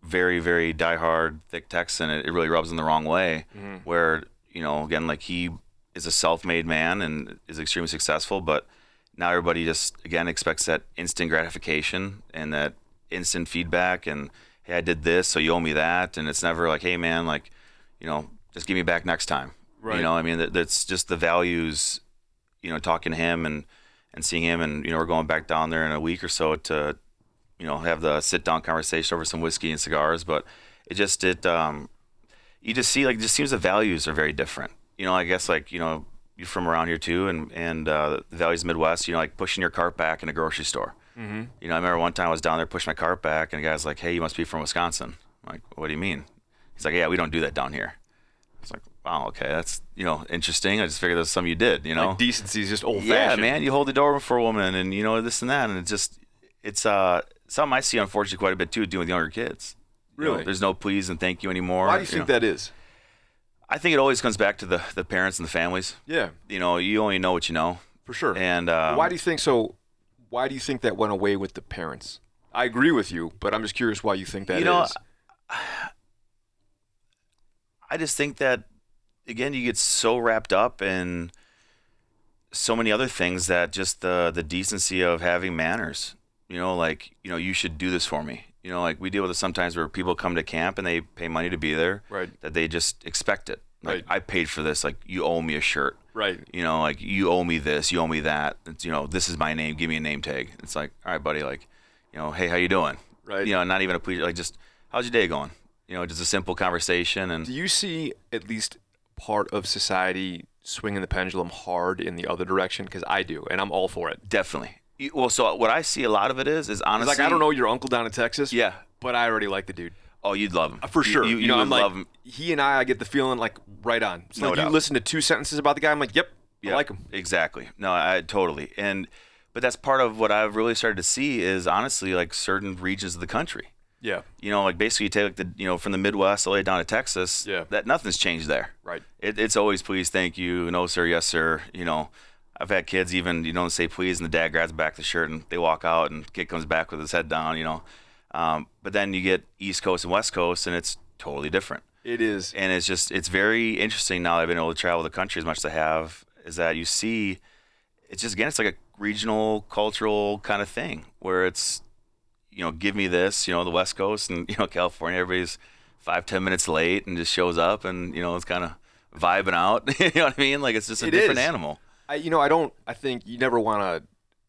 S3: very, very diehard thick Texan, it, it really rubs him the wrong way. Where you know, again, like he is a self-made man and is extremely successful, but now everybody just again expects that instant gratification and that instant feedback and hey, I did this, so you owe me that, and it's never like, hey, man, like you know, just give me back next time.
S2: Right.
S3: You know, I mean, that, that's just the values. You know, talking to him and and seeing him, and you know, we're going back down there in a week or so to you know have the sit down conversation over some whiskey and cigars but it just it um you just see like it just seems the values are very different you know i guess like you know you're from around here too and and uh, the values midwest you know like pushing your cart back in a grocery store mm-hmm. you know i remember one time i was down there pushing my cart back and a guy's like hey you must be from wisconsin I'm like what do you mean he's like yeah we don't do that down here it's like wow okay that's you know interesting i just figured that's something you did you know
S2: Like decency is just old
S3: yeah,
S2: fashioned.
S3: man, you hold the door for a woman, and you know this and that, and it's just it's uh something I see unfortunately quite a bit too doing with younger kids. You know,
S2: Really?
S3: there's no please and thank you anymore.
S2: Why do you think that is?
S3: I think it always comes back to the the parents and the families.
S2: Yeah,
S3: You know, you only know what you know,
S2: for sure.
S3: and uh,
S2: why do you think so? Why do you think that went away with the parents? I agree with you, but I'm just curious why you think that is.
S3: You know, I just think that again you get so wrapped up in so many other things that just the the decency of having manners. You know, like you know you should do this for me. You know, like we deal with it sometimes where people come to camp and they pay money to be there.
S2: Right.
S3: That they just expect it. Like
S2: Right.
S3: I paid for this. Like you owe me a shirt.
S2: right.
S3: You know, like you owe me this. You owe me that. It's, you know, this is my name. Give me a name tag. It's like, all right, buddy. Like, you know, hey, how you doing?
S2: Right.
S3: You know, not even a please. Like just how's your day going? You know, just a simple conversation and
S2: Do you see at least part of society swinging the pendulum hard in the other direction? Because I do, and I'm all for it.
S3: Definitely. You- Well, so what I see a lot of it is is honestly
S2: It's like I don't know your uncle down in Texas.
S3: Yeah.
S2: but I already like the dude
S3: Oh, you'd love him
S2: Uh, for sure.
S3: You, you,
S2: know,
S3: would
S2: I'm like
S3: love him.
S2: he and I. I get the feeling like right on. So
S3: No
S2: like, you
S3: doubt.
S2: listen to two sentences about the guy. I'm like, yep, I
S3: Yeah,
S2: like him.
S3: Exactly. No, I totally. And but that's part of what I've really started to see is honestly like certain regions of the country.
S2: Yeah.
S3: You know, like basically you take like the you know from the Midwest all the way down to Texas.
S2: Yeah.
S3: That nothing's changed there.
S2: Right.
S3: It, it's always please, thank you, no sir, yes sir. You know, I've had kids even you know say please, and the dad grabs back the shirt and they walk out, and kid comes back with his head down. You know, um, but then you get East Coast and West Coast, and it's totally different.
S2: It is.
S3: And it's just it's very interesting now that I've been able to travel the country as much as I have, is that you see it's just again it's like a regional cultural kind of thing where it's you know, give me this, you know, the West Coast and you know, California, everybody's five, ten minutes late and just shows up and, you know, it's kinda vibing out. you know what I mean? Like it's just a
S2: It
S3: different
S2: is.
S3: animal.
S2: I, you know, I don't. I think you never want to.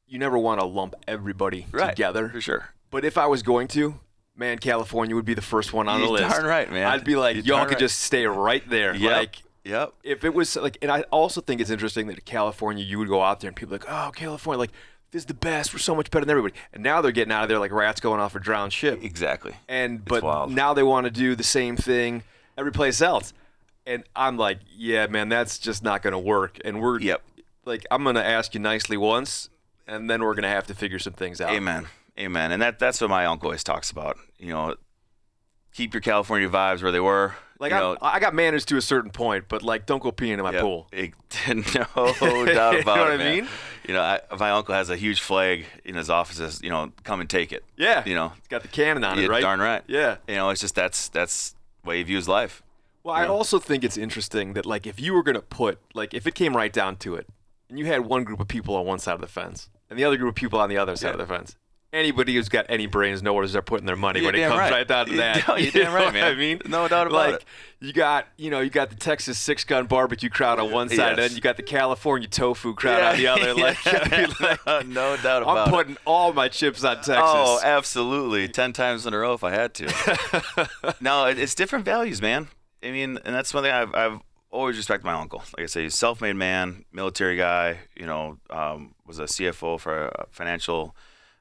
S2: You never want to lump everybody
S3: Right.
S2: together.
S3: For sure.
S2: But if I was going to, man, California would be the first one on the
S3: You're
S2: list.
S3: darn right, man.
S2: I'd be like,
S3: You're
S2: y'all
S3: darn
S2: could
S3: right.
S2: just stay right there.
S3: Yep.
S2: Like,
S3: Yep.
S2: if it was like, and I also think it's interesting that California, you would go out there and people are like, oh, California, like this is the best. We're so much better than everybody. And now they're getting out of there like rats going off a drowned ship.
S3: Exactly.
S2: And but
S3: wild.
S2: now they want to do the same thing every place else. And I'm like, yeah, man, that's just not going to work. And we're
S3: Yep.
S2: like, I'm going to ask you nicely once, and then we're going to have to figure some things out.
S3: Amen. Amen. And that that's what my uncle always talks about. You know, keep your California vibes where they were.
S2: Like
S3: you
S2: I,
S3: know,
S2: I got manners to a certain point, but like, don't go peeing in my
S3: yeah,
S2: pool.
S3: it- no doubt about
S2: You know
S3: it.
S2: what I
S3: man.
S2: mean?
S3: You know, I, my uncle has a huge flag in his office. Says, you know, come and take it.
S2: Yeah,
S3: You know,
S2: it's got the cannon on
S3: you're
S2: it, right?
S3: darn right.
S2: Yeah.
S3: You know, it's just that's that's the way he views life.
S2: Well, I also think it's interesting that like if you were gonna put like if it came right down to it, and you had one group of people on one side of the fence and the other group of people on the other side of the fence, anybody who's got any brains knows where they're putting their money
S3: You're
S2: when it
S3: damn
S2: comes
S3: right.
S2: right. down to
S3: You're
S2: that.
S3: damn- you're
S2: You
S3: damn
S2: know
S3: right,
S2: what
S3: man.
S2: I mean,
S3: No doubt about
S2: like,
S3: it.
S2: You got you know you got the Texas six gun barbecue crowd on one side,
S3: Yes.
S2: and you got the California tofu crowd on the other. Like, I mean, like,
S3: no doubt about
S2: I'm
S3: it.
S2: putting all my chips on Texas.
S3: Oh, absolutely. 10 times in a row if I had to. no, it, it's different values, man. I mean, and that's one thing I've, I've always respected my uncle. Like I say, he's a self made man, military guy, you know, um, was a CFO for a financial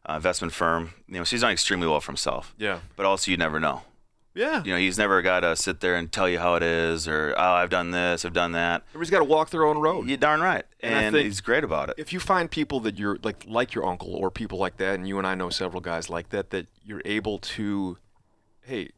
S3: uh, investment firm. You know, so he's done extremely well for himself.
S2: yeah,
S3: But also, you never know.
S2: yeah.
S3: You know, he's never got to sit there and tell you how it is or, oh, I've done this, I've done that.
S2: Everybody's got to walk their own road.
S3: You're darn right.
S2: And
S3: And,
S2: I think-
S3: he's great about it.
S2: if you find people that you're like like your uncle or people like that and you and I know several guys like that that you're able to hey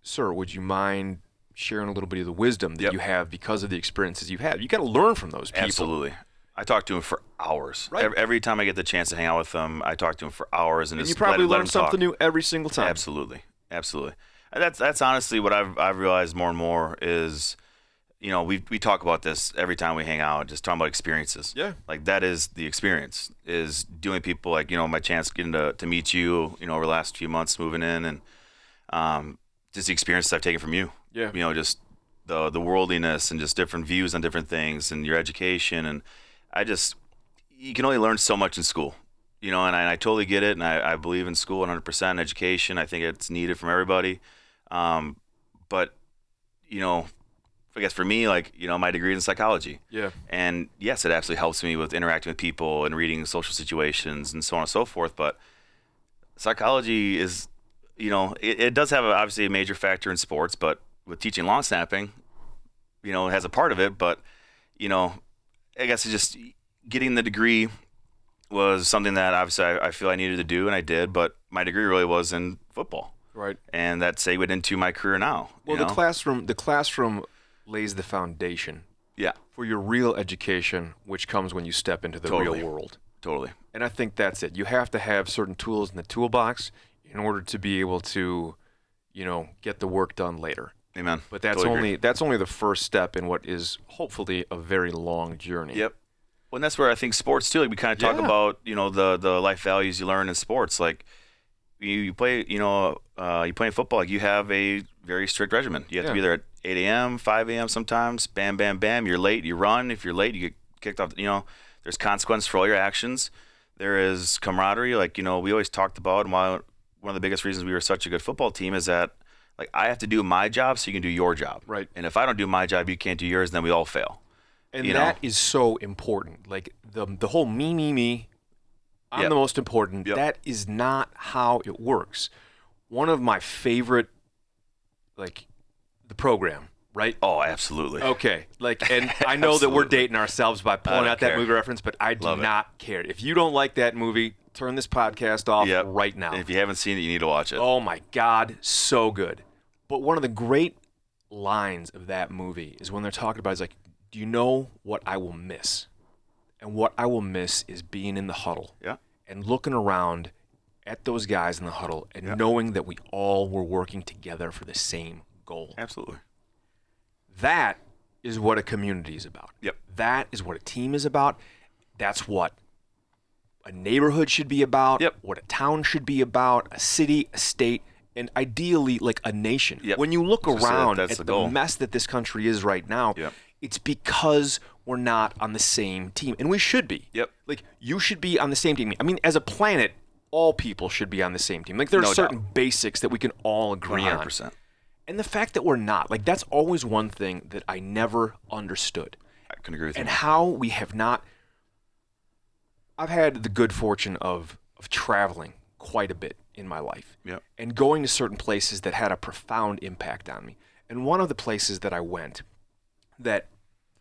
S2: sir would you mind sharing a little bit of the wisdom that
S3: Yep.
S2: you have because of the experiences you've had you got to learn from those people
S3: Absolutely. I talk to him for hours.
S2: Right.
S3: Ev- Every, time I get the chance to him, hang out with him, I talk to him for hours and,
S2: and you
S3: just
S2: probably
S3: let, let
S2: learn
S3: him
S2: something
S3: talk.
S2: new every single time
S3: Absolutely, absolutely. And that's that's honestly what I've I've realized more and more is, you know, we we talk about this every time we hang out, just talking about experiences.
S2: Yeah.
S3: Like that is the experience is doing people like you know my chance getting to to meet you you know over the last few months moving in and, um, just the experiences I've taken from you.
S2: Yeah.
S3: You know just the the worldliness and just different views on different things and your education and I just you can only learn so much in school, you know, and I, and I totally get it. And I, I believe in school 100% education. I think it's needed from everybody. Um, but, you know, I guess for me, like, you know, my degree is in psychology.
S2: yeah
S3: And yes, it absolutely helps me with interacting with people and reading social situations and so on and so forth. But psychology is, you know, it, it does have a, obviously a major factor in sports, but with teaching long snapping, you know, it has a part of it. But, you know, I guess it's just getting the degree was something that obviously I, I feel I needed to do and I did, but my degree really was in football.
S2: right
S3: And that segued into my career now. you
S2: well the
S3: know?
S2: classroom the classroom lays the foundation
S3: yeah,
S2: for your real education which comes when you step into the
S3: Totally.
S2: real world
S3: totally.
S2: And I think that's it. You have to have certain tools in the toolbox in order to be able to, you know, get the work done later.
S3: Amen.
S2: But that's
S3: Totally agree.
S2: only that's only the first step in what is hopefully a very long journey.
S3: Yep. Well, and that's where I think sports too. Like we kind of talk
S2: Yeah.
S3: about, you know, the the life values you learn in sports. Like you, you play, you know, uh, you play football. Like you have a very strict regimen. You have
S2: Yeah.
S3: to be there at 8 a.m., 5 a.m. Sometimes, bam, bam, bam. You're late. You run. If you're late, you get kicked off. You know, there's consequence for all your actions. There is camaraderie. Like you know, we always talked about, and why one of the biggest reasons we were such a good football team is that like I have to do my job so you can do your job.
S2: Right.
S3: And if I don't do my job, you can't do yours, then we all fail.
S2: And that
S3: You
S2: is
S3: know.
S2: so important. Like the the whole me me me I'm
S3: Yep.
S2: the most important.
S3: Yep.
S2: That is not how it works. One of my favorite like the program, right?
S3: Oh, absolutely.
S2: Okay, like, and I know that we're
S3: Absolutely.
S2: dating ourselves by pulling
S3: don't
S2: out that
S3: care.
S2: movie reference, but I do
S3: Love it.
S2: not care. If you don't like that movie, Turn this podcast off
S3: Yep.
S2: right now.
S3: And if you haven't seen it, you need to watch it.
S2: Oh my God, so good. But one of the great lines of that movie is when they're talking about, it's like, do you know what I will miss? And what I will miss is being in the huddle
S3: Yeah.
S2: and looking around at those guys in the huddle and
S3: Yeah.
S2: knowing that we all were working together for the same goal.
S3: Absolutely.
S2: That is what a community is about.
S3: Yep.
S2: That is what a team is about. That's what a neighborhood should be about.
S3: Yep.
S2: What a town should be about. A city, a state, and ideally like a nation.
S3: Yep.
S2: When you look
S3: I was gonna say that-
S2: around
S3: that's
S2: at
S3: the
S2: the,
S3: goal.
S2: mess that this country is right now,
S3: Yep.
S2: it's because we're not on the same team, and we should be.
S3: Yep.
S2: Like you should be on the same team. I mean, as a planet, all people should be on the same team. Like there are
S3: No doubt.
S2: certain basics that we can all agree on
S3: 100%.
S2: and the fact that we're not like that's always one thing that i never understood
S3: I can agree with you.
S2: and how we have not i've had the good fortune of of traveling quite a bit in my life
S3: Yep.
S2: and going to certain places that had a profound impact on me and one of the places that i went that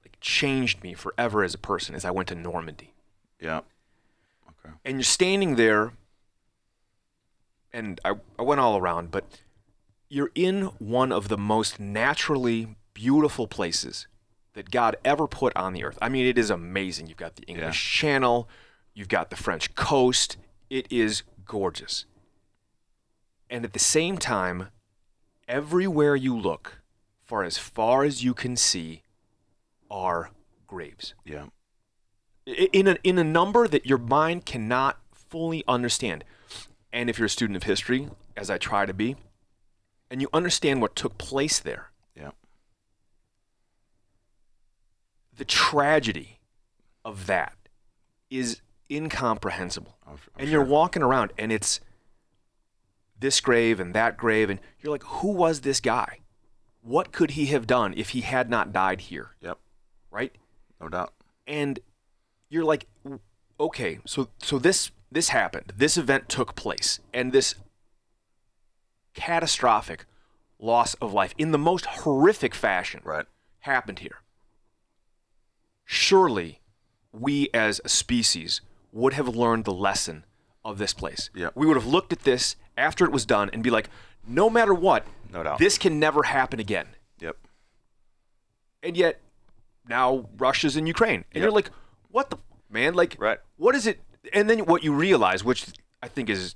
S2: like changed me forever as a person is i went to normandy
S3: Yeah. Okay.
S2: and you're standing there and I, I went all around but you're in one of the most naturally beautiful places that god ever put on the earth i mean it is amazing you've got the english channel you've got the french coast it is gorgeous and at the same time everywhere you look for as far as you can see are graves
S3: Yeah.
S2: i- in a, in a number that your mind cannot fully understand. And if you're a student of history, as I try to be, and you understand what took place there,
S3: Yeah.
S2: the tragedy of that is incomprehensible.
S3: I'm, I'm
S2: And
S3: sure.
S2: you're walking around and it's this grave and that grave, and you're like, who was this guy? What could he have done if he had not died here,
S3: Yep.
S2: right?
S3: No doubt.
S2: and you're like w- okay so so this this happened this event took place and this catastrophic loss of life in the most horrific fashion
S3: Right.
S2: happened here surely we as a species would have learned the lesson of this place
S3: Yeah.
S2: we would have looked at this after it was done and be like no matter what
S3: No doubt.
S2: this can never happen again
S3: Yep.
S2: and yet now Russia's in Ukraine, and you're
S3: Yep.
S2: like, what the man? Like,
S3: Right.
S2: what is it? And then what you realize, which I think is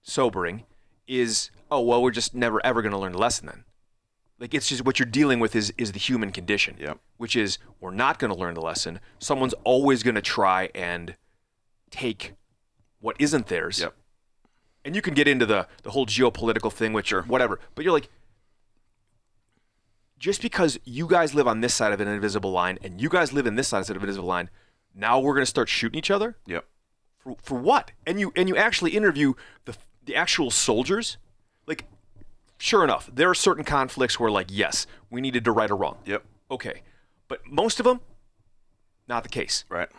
S2: sobering, is oh well, we're just never ever going to learn a lesson then. Like it's just what you're dealing with is is the human condition,
S3: Yep.
S2: which is we're not going to learn the lesson. Someone's always going to try and take what isn't theirs
S3: Yep.
S2: and you can get into the the whole geopolitical thing, which or whatever. But you're like, just because you guys live on this side of an invisible line and you guys live in this side of an invisible line, now we're gonna start shooting each other
S3: Yep.
S2: for for what? And you and you actually interview the the actual soldiers, like. Sure enough, there are certain conflicts where, like, yes, we needed to right a wrong.
S3: Yep.
S2: Okay, but most of them, not the case.
S3: Right.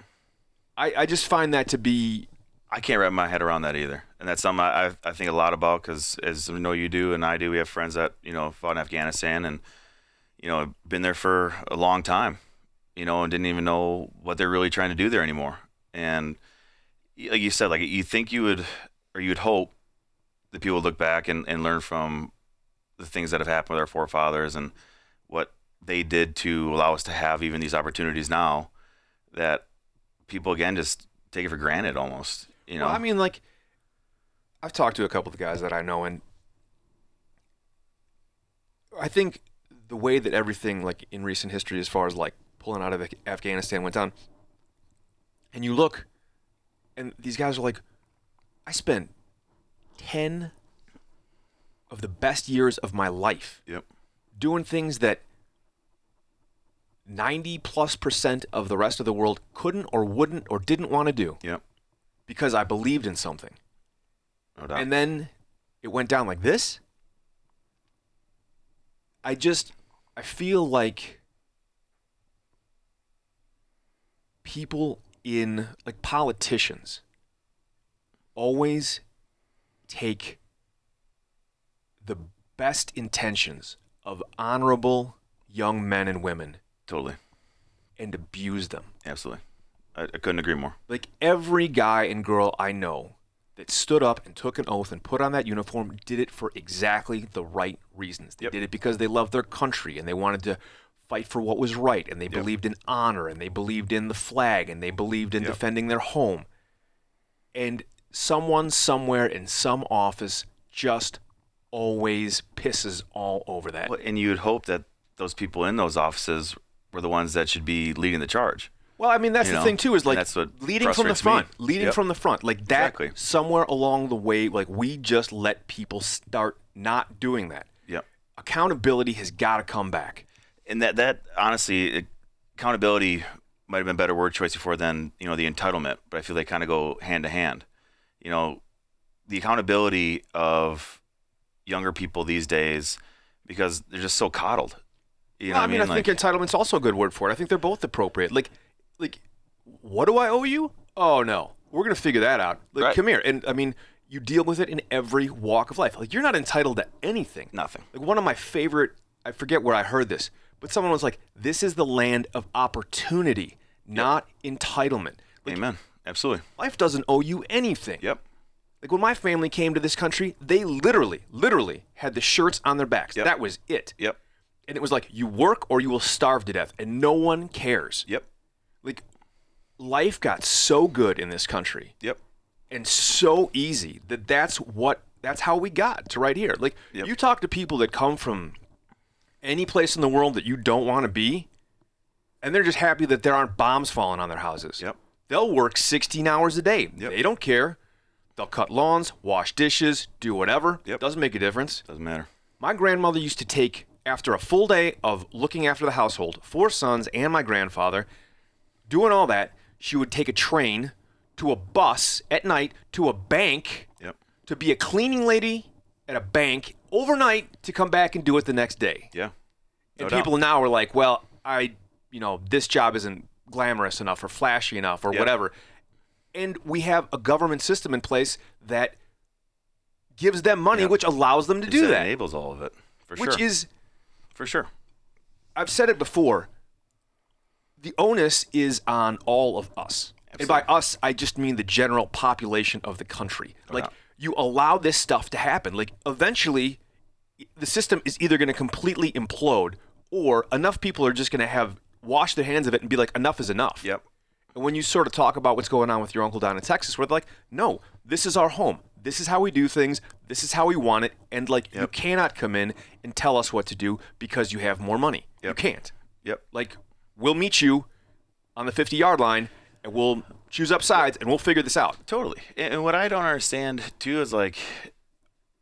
S2: I, I just find that to be
S3: I can't wrap my head around that either, and that's something I, I, I think a lot about because, as I know you do and I do, we have friends that you know fought in Afghanistan and you know been there for a long time, you know, and didn't even know what they're really trying to do there anymore. And y- like you said, like you think you would or you would hope that people would look back and, and learn from the things that have happened with our forefathers and what they did to allow us to have even these opportunities now that people again just take it for granted almost. You know,
S2: Well, I mean, like, I've talked to a couple of the guys that I know, and I think the way that everything, like, in recent history, as far as like pulling out of Af- Afghanistan went down, and you look, and these guys are like, I spent 10 of the best years of my life
S3: Yep.
S2: doing things that 90 plus percent of the rest of the world couldn't or wouldn't or didn't want to do
S3: Yep.
S2: because I believed in something.
S3: No doubt.
S2: And then it went down like this. I just I feel like people in like politicians always take the best intentions of honorable young men and women
S3: totally.
S2: and abuse them.
S3: Absolutely. I, I couldn't agree more.
S2: Like every guy and girl I know that stood up and took an oath and put on that uniform did it for exactly the right reasons. They
S3: Yep.
S2: did it because they loved their country and they wanted to fight for what was right and they believed in honor and they believed in the flag and they believed in
S3: Yep.
S2: defending their home. And someone somewhere in some office just always pisses all over that.
S3: Well, and you'd hope that those people in those offices were the ones that should be leading the charge.
S2: Well, I mean, that's
S3: You
S2: the
S3: know,
S2: thing too is like
S3: that's what
S2: leading from the
S3: frustrates
S2: front,
S3: me.
S2: leading
S3: Yep.
S2: from the front, like that.
S3: Exactly.
S2: Somewhere along the way, like we just let people start not doing that.
S3: Yep.
S2: Accountability has got to come back.
S3: And that that honestly, it- accountability might have been a better word choice before than you know the entitlement, but I feel they kind of go hand to hand. You know, the accountability of younger people these days because they're just so coddled. You know,
S2: Well,
S3: what I mean,
S2: I
S3: like,
S2: think entitlement's also a good word for it. I think they're both appropriate. Like, like, what do I owe you? Oh no, we're gonna figure that out. Like,
S3: Right.
S2: come here, and I mean, you deal with it in every walk of life. Like, you're not entitled to anything.
S3: nothing.
S2: Like one of my favorite, I forget where I heard this, but someone was like, "This is the land of opportunity, not entitlement. Like,
S3: Amen. Absolutely.
S2: life doesn't owe you anything."
S3: Yep.
S2: Like when my family came to this country, they literally, literally had the shirts on their backs.
S3: Yep.
S2: That was it.
S3: Yep.
S2: And it was like, "You work or you will starve to death," and no one cares.
S3: Yep.
S2: Like life got so good in this country
S3: Yep.
S2: and so easy that that's what that's how we got to right here. Like
S3: Yep.
S2: you talk to people that come from any place in the world that you don't want to be, and they're just happy that there aren't bombs falling on their houses.
S3: Yep.
S2: They'll work 16 hours a day.
S3: Yep.
S2: They don't care. They'll cut lawns, wash dishes, do whatever.
S3: Yep.
S2: Doesn't make a difference.
S3: Doesn't matter.
S2: My grandmother used to take, after a full day of looking after the household, four sons and my grandfather, doing all that, she would take a train to a bus at night to a bank
S3: Yep.
S2: to be a cleaning lady at a bank overnight to come back and do it the next day.
S3: Yeah. No
S2: and
S3: doubt.
S2: people now are like, well, I, you know, this job isn't glamorous enough or flashy enough or
S3: Yep.
S2: whatever. And we have a government system in place that gives them money,
S3: Yep.
S2: which allows them to do
S3: It
S2: that.
S3: enables all of it for
S2: Which
S3: sure.
S2: is
S3: for sure.
S2: I've said it before. The onus is on all of us. And by
S3: Absolutely.
S2: us, I just mean the general population of the country. like
S3: doubt.
S2: you allow this stuff to happen. Like eventually the system is either going to completely implode or enough people are just going to have washed their hands of it and be like enough is enough.
S3: Yep.
S2: And when you sort of talk about what's going on with your uncle down in Texas, where they're like, no, this is our home. This is how we do things. This is how we want it. And like, you
S3: Yep.
S2: cannot come in and tell us what to do because you have more money. You
S3: Yep.
S2: can't.
S3: Yep.
S2: Like, we'll meet you on the 50 yard line and we'll choose up sides and we'll figure this out.
S3: Totally. And and what I don't understand too is like,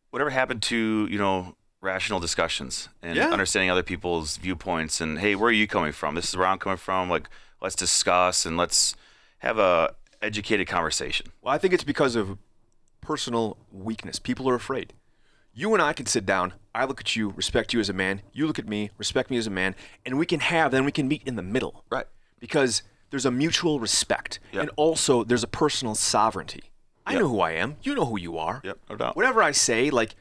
S3: whatever happened to you know rational discussions and
S2: Yeah.
S3: understanding other people's viewpoints and hey, where are you coming from? This is where I'm coming from. Like, let's discuss and let's have a educated conversation.
S2: Well, I think it's because of personal weakness. People are afraid. You and I can sit down. I look at you, respect you as a man. You look at me, respect me as a man. And we can have, then we can meet in the middle.
S3: Right.
S2: because there's a mutual respect
S3: Yep.
S2: and also there's a personal sovereignty. I
S3: Yep.
S2: know who I am. You know who you are.
S3: Yep. No doubt.
S2: Whatever I say, like,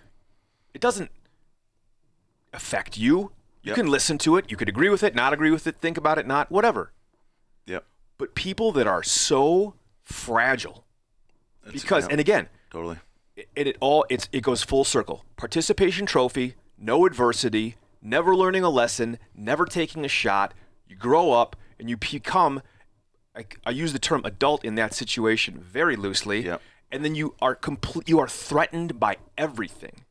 S2: it doesn't affect you. You
S3: Yep.
S2: can listen to it. You could agree with it, not agree with it, think about it, not, whatever.
S3: Yep.
S2: But people that are so fragile, because, and again,
S3: totally.
S2: it, it all it's, it goes full circle. Participation trophy, no adversity, never learning a lesson, never taking a shot. You grow up and you become. I, I use the term adult in that situation very loosely.
S3: Yep.
S2: And then you are complete. You are threatened by everything.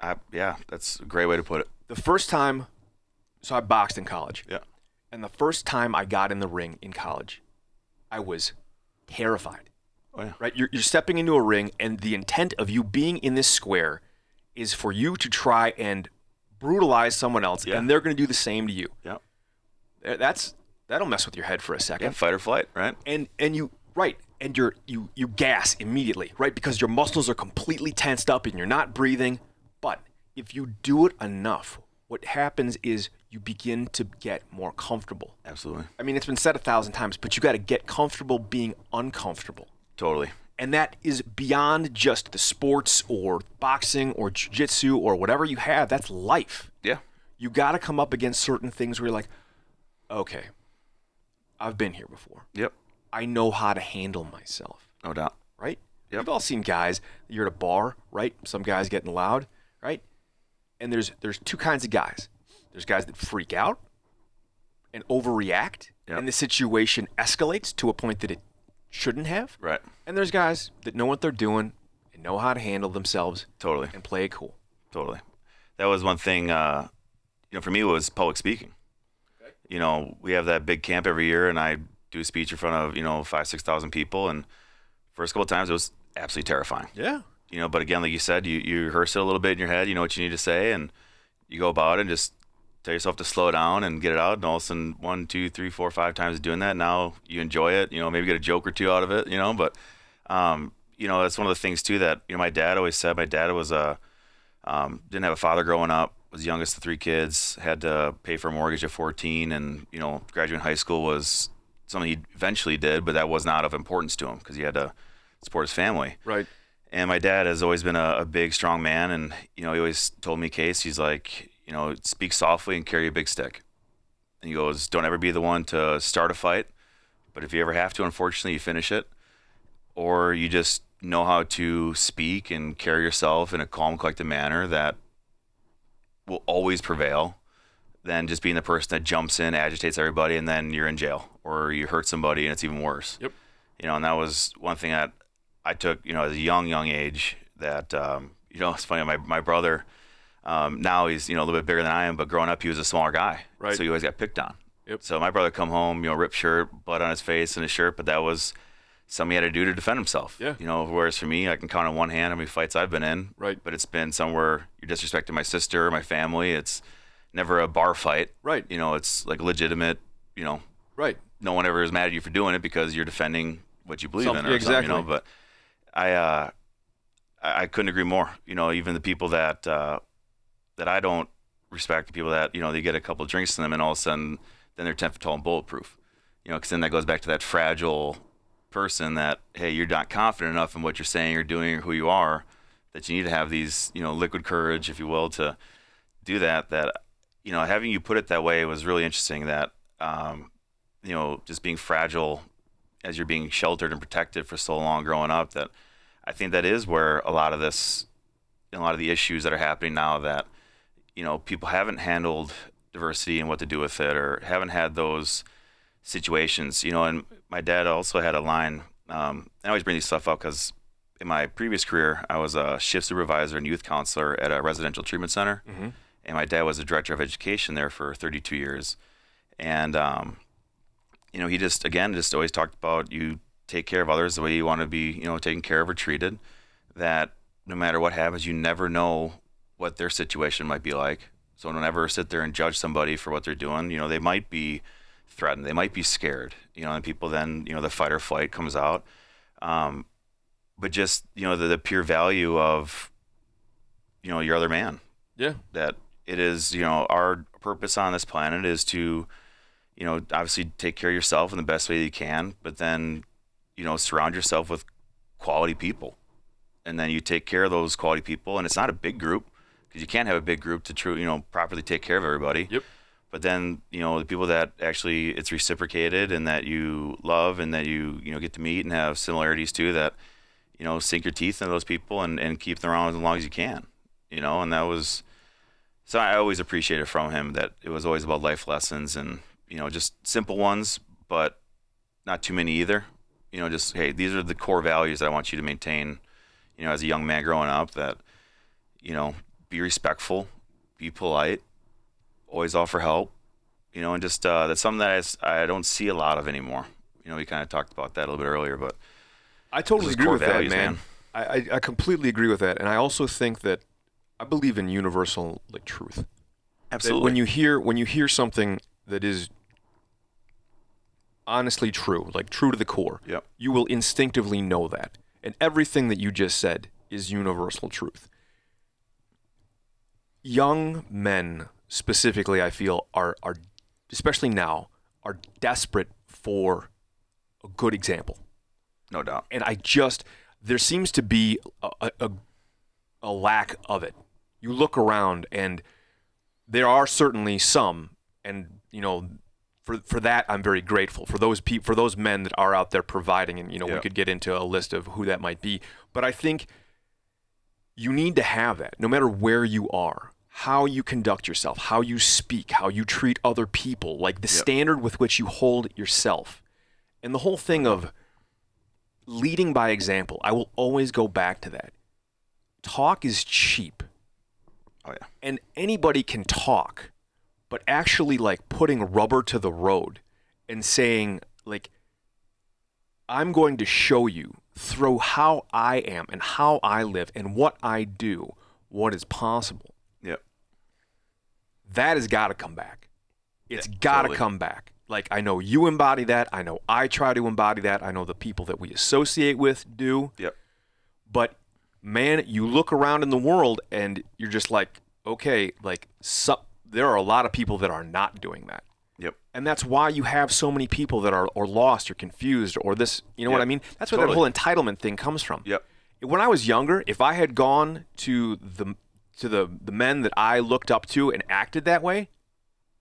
S3: I, yeah, that's a great way to put it.
S2: The first time, so I boxed in college,
S3: Yeah.
S2: and the first time I got in the ring in college, I was terrified.
S3: Oh yeah.
S2: right? You're, you're stepping into a ring, and the intent of you being in this square is for you to try and brutalize someone else,
S3: Yeah.
S2: and they're going to do the same to you.
S3: Yeah.
S2: Th- That's that'll mess with your head for a second,
S3: Yeah. Fight or flight, right?
S2: and and you right, and you're you you gas immediately, right? Because your muscles are completely tensed up, and you're not breathing. But if you do it enough, what happens is you begin to get more comfortable.
S3: Absolutely.
S2: I mean, it's been said a thousand times, but you got to get comfortable being uncomfortable
S3: Totally.
S2: and that is beyond just the sports or boxing or jiu-jitsu or whatever you have that's life
S3: Yeah.
S2: you got to come up against certain things where you're like okay i've been here before
S3: Yep.
S2: i know how to handle myself
S3: No doubt.
S2: right
S3: Yep.
S2: We've all seen guys. You're at a bar, right? Some guys getting loud, right? And there's there's two kinds of guys. There's guys that freak out and overreact,
S3: Yep.
S2: and the situation escalates to a point that it shouldn't have.
S3: Right.
S2: And there's guys that know what they're doing and know how to handle themselves
S3: Totally.
S2: and play it cool.
S3: Totally. That was one thing. Uh, you know, for me was public speaking. You know, we have that big camp every year, and I do a speech in front of you know five, six thousand people, and first couple of times it was absolutely terrifying.
S2: Yeah.
S3: You know, but again, like you said, you you rehearse it a little bit in your head. You know what you need to say, and you go about it and just tell yourself to slow down and get it out. And all of a sudden, one, two, three, four, five times doing that, now you enjoy it. You know, maybe get a joke or two out of it. You know, but um, you know that's one of the things too that you know my dad always said. My dad was a um, didn't have a father growing up. Was the youngest of three kids. Had to pay for a mortgage at 14, and you know, graduating high school was something he eventually did, but that was not of importance to him because he had to support his family.
S2: Right.
S3: And my dad has always been a, a big, strong man. And, you know, he always told me, Case, he's like, you know, speak softly and carry a big stick. And he goes, don't ever be the one to start a fight. But if you ever have to, unfortunately, you finish it. Or you just know how to speak and carry yourself in a calm, collected manner that will always prevail than just being the person that jumps in, agitates everybody, and then you're in jail or you hurt somebody and it's even worse.
S2: Yep.
S3: You know, and that was one thing that I took, you know, as a young, young age that, um, you know, it's funny, my, my brother, um, now he's, you know, a little bit bigger than I am, but growing up, he was a smaller guy.
S2: Right.
S3: So he always got picked on.
S2: Yep.
S3: So my brother come home, you know, ripped shirt, blood on his face and his shirt, but that was something he had to do to defend himself.
S2: Yeah.
S3: You know, whereas for me, I can count on one hand how many fights I've been in.
S2: Right.
S3: But it's been somewhere you're disrespecting my sister, my family. It's never a bar fight.
S2: Right.
S3: You know, it's like legitimate, you know,
S2: Right.
S3: no one ever is mad at you for doing it because you're defending what you believe in
S2: Something-
S3: or something, you know.
S2: exactly.
S3: But I, uh, I I couldn't agree more. You know, even the people that uh, that I don't respect, the people that you know they get a couple of drinks in them, and all of a sudden then they're ten foot tall and bulletproof. You know, because then that goes back to that fragile person that hey, you're not confident enough in what you're saying or doing or who you are that you need to have these you know liquid courage, if you will, to do that. That you know, having you put it that way was really interesting. That um, you know, just being fragile as you're being sheltered and protected for so long growing up that I think that is where a lot of this a lot of the issues that are happening now that you know people haven't handled diversity and what to do with it or haven't had those situations you know and my dad also had a line um, I always bring these stuff up because in my previous career I was a shift supervisor and youth counselor at a residential treatment center and my dad was the director of education there for 32 years and um, you know, he just again just always talked about you take care of others the way you want to be, you know, taken care of or treated. That no matter what happens, you never know what their situation might be like. So don't ever sit there and judge somebody for what they're doing. You know, they might be threatened, they might be scared. You know, and people then you know the fight or flight comes out. Um, but just you know the, the pure value of you know your other man
S2: Yeah.
S3: that it is you know our purpose on this planet is to you know obviously take care of yourself in the best way that you can but then you know surround yourself with quality people and then you take care of those quality people and it's not a big group because you can't have a big group to true you know properly take care of everybody
S2: Yep.
S3: but then you know the people that actually it's reciprocated and that you love and that you you know get to meet and have similarities to that you know sink your teeth into those people and and keep them around as long as you can you know and that was so I always appreciated from him that it was always about life lessons and you know just simple ones, but not too many either. You know, just hey, these are the core values that I want you to maintain. You know, as a young man growing up, that you know, be respectful, be polite, always offer help. You know, and just uh, that's something that I s- I, don't see a lot of anymore. You know, we kind of talked about that a little bit earlier, but
S2: I totally
S3: This is
S2: agree
S3: core
S2: with
S3: values,
S2: that, man.
S3: man.
S2: I, I, I completely agree with that, and I also think that I believe in universal like truth. That
S3: absolutely,
S2: when you hear when you hear something that is honestly true, like true to the core,
S3: Yep.
S2: you will instinctively know that, and everything that you just said is universal truth. Young men, specifically, I feel are are especially now are desperate for a good example
S3: no doubt,
S2: and I just there seems to be a, a- a, a lack of it. You look around, and there are certainly some, and you know, for for that I'm very grateful for those people for those men that are out there providing and you know we
S3: Yeah.
S2: could get into a list of who that might be but I think you need to have that no matter where you are how you conduct yourself how you speak how you treat other people like the
S3: Yep.
S2: standard with which you hold yourself and the whole thing of leading by example I will always go back to that talk is cheap
S3: Oh yeah.
S2: and anybody can talk, but actually like putting rubber to the road and saying like I'm going to show you through how I am and how I live and what I do what is possible.
S3: Yep.
S2: That has got to come back. It's
S3: Yeah,
S2: got to
S3: totally.
S2: come back. Like I know you embody that, I know I try to embody that, I know the people that we associate with do.
S3: Yep.
S2: But man, you look around in the world and you're just like, okay, like so, there are a lot of people that are not doing that.
S3: Yep.
S2: And that's why you have so many people that are or lost or confused or this, you know what
S3: Yeah,
S2: I mean? That's where
S3: totally.
S2: that whole entitlement thing comes from.
S3: Yep.
S2: When I was younger, if I had gone to the to the the men that I looked up to and acted that way,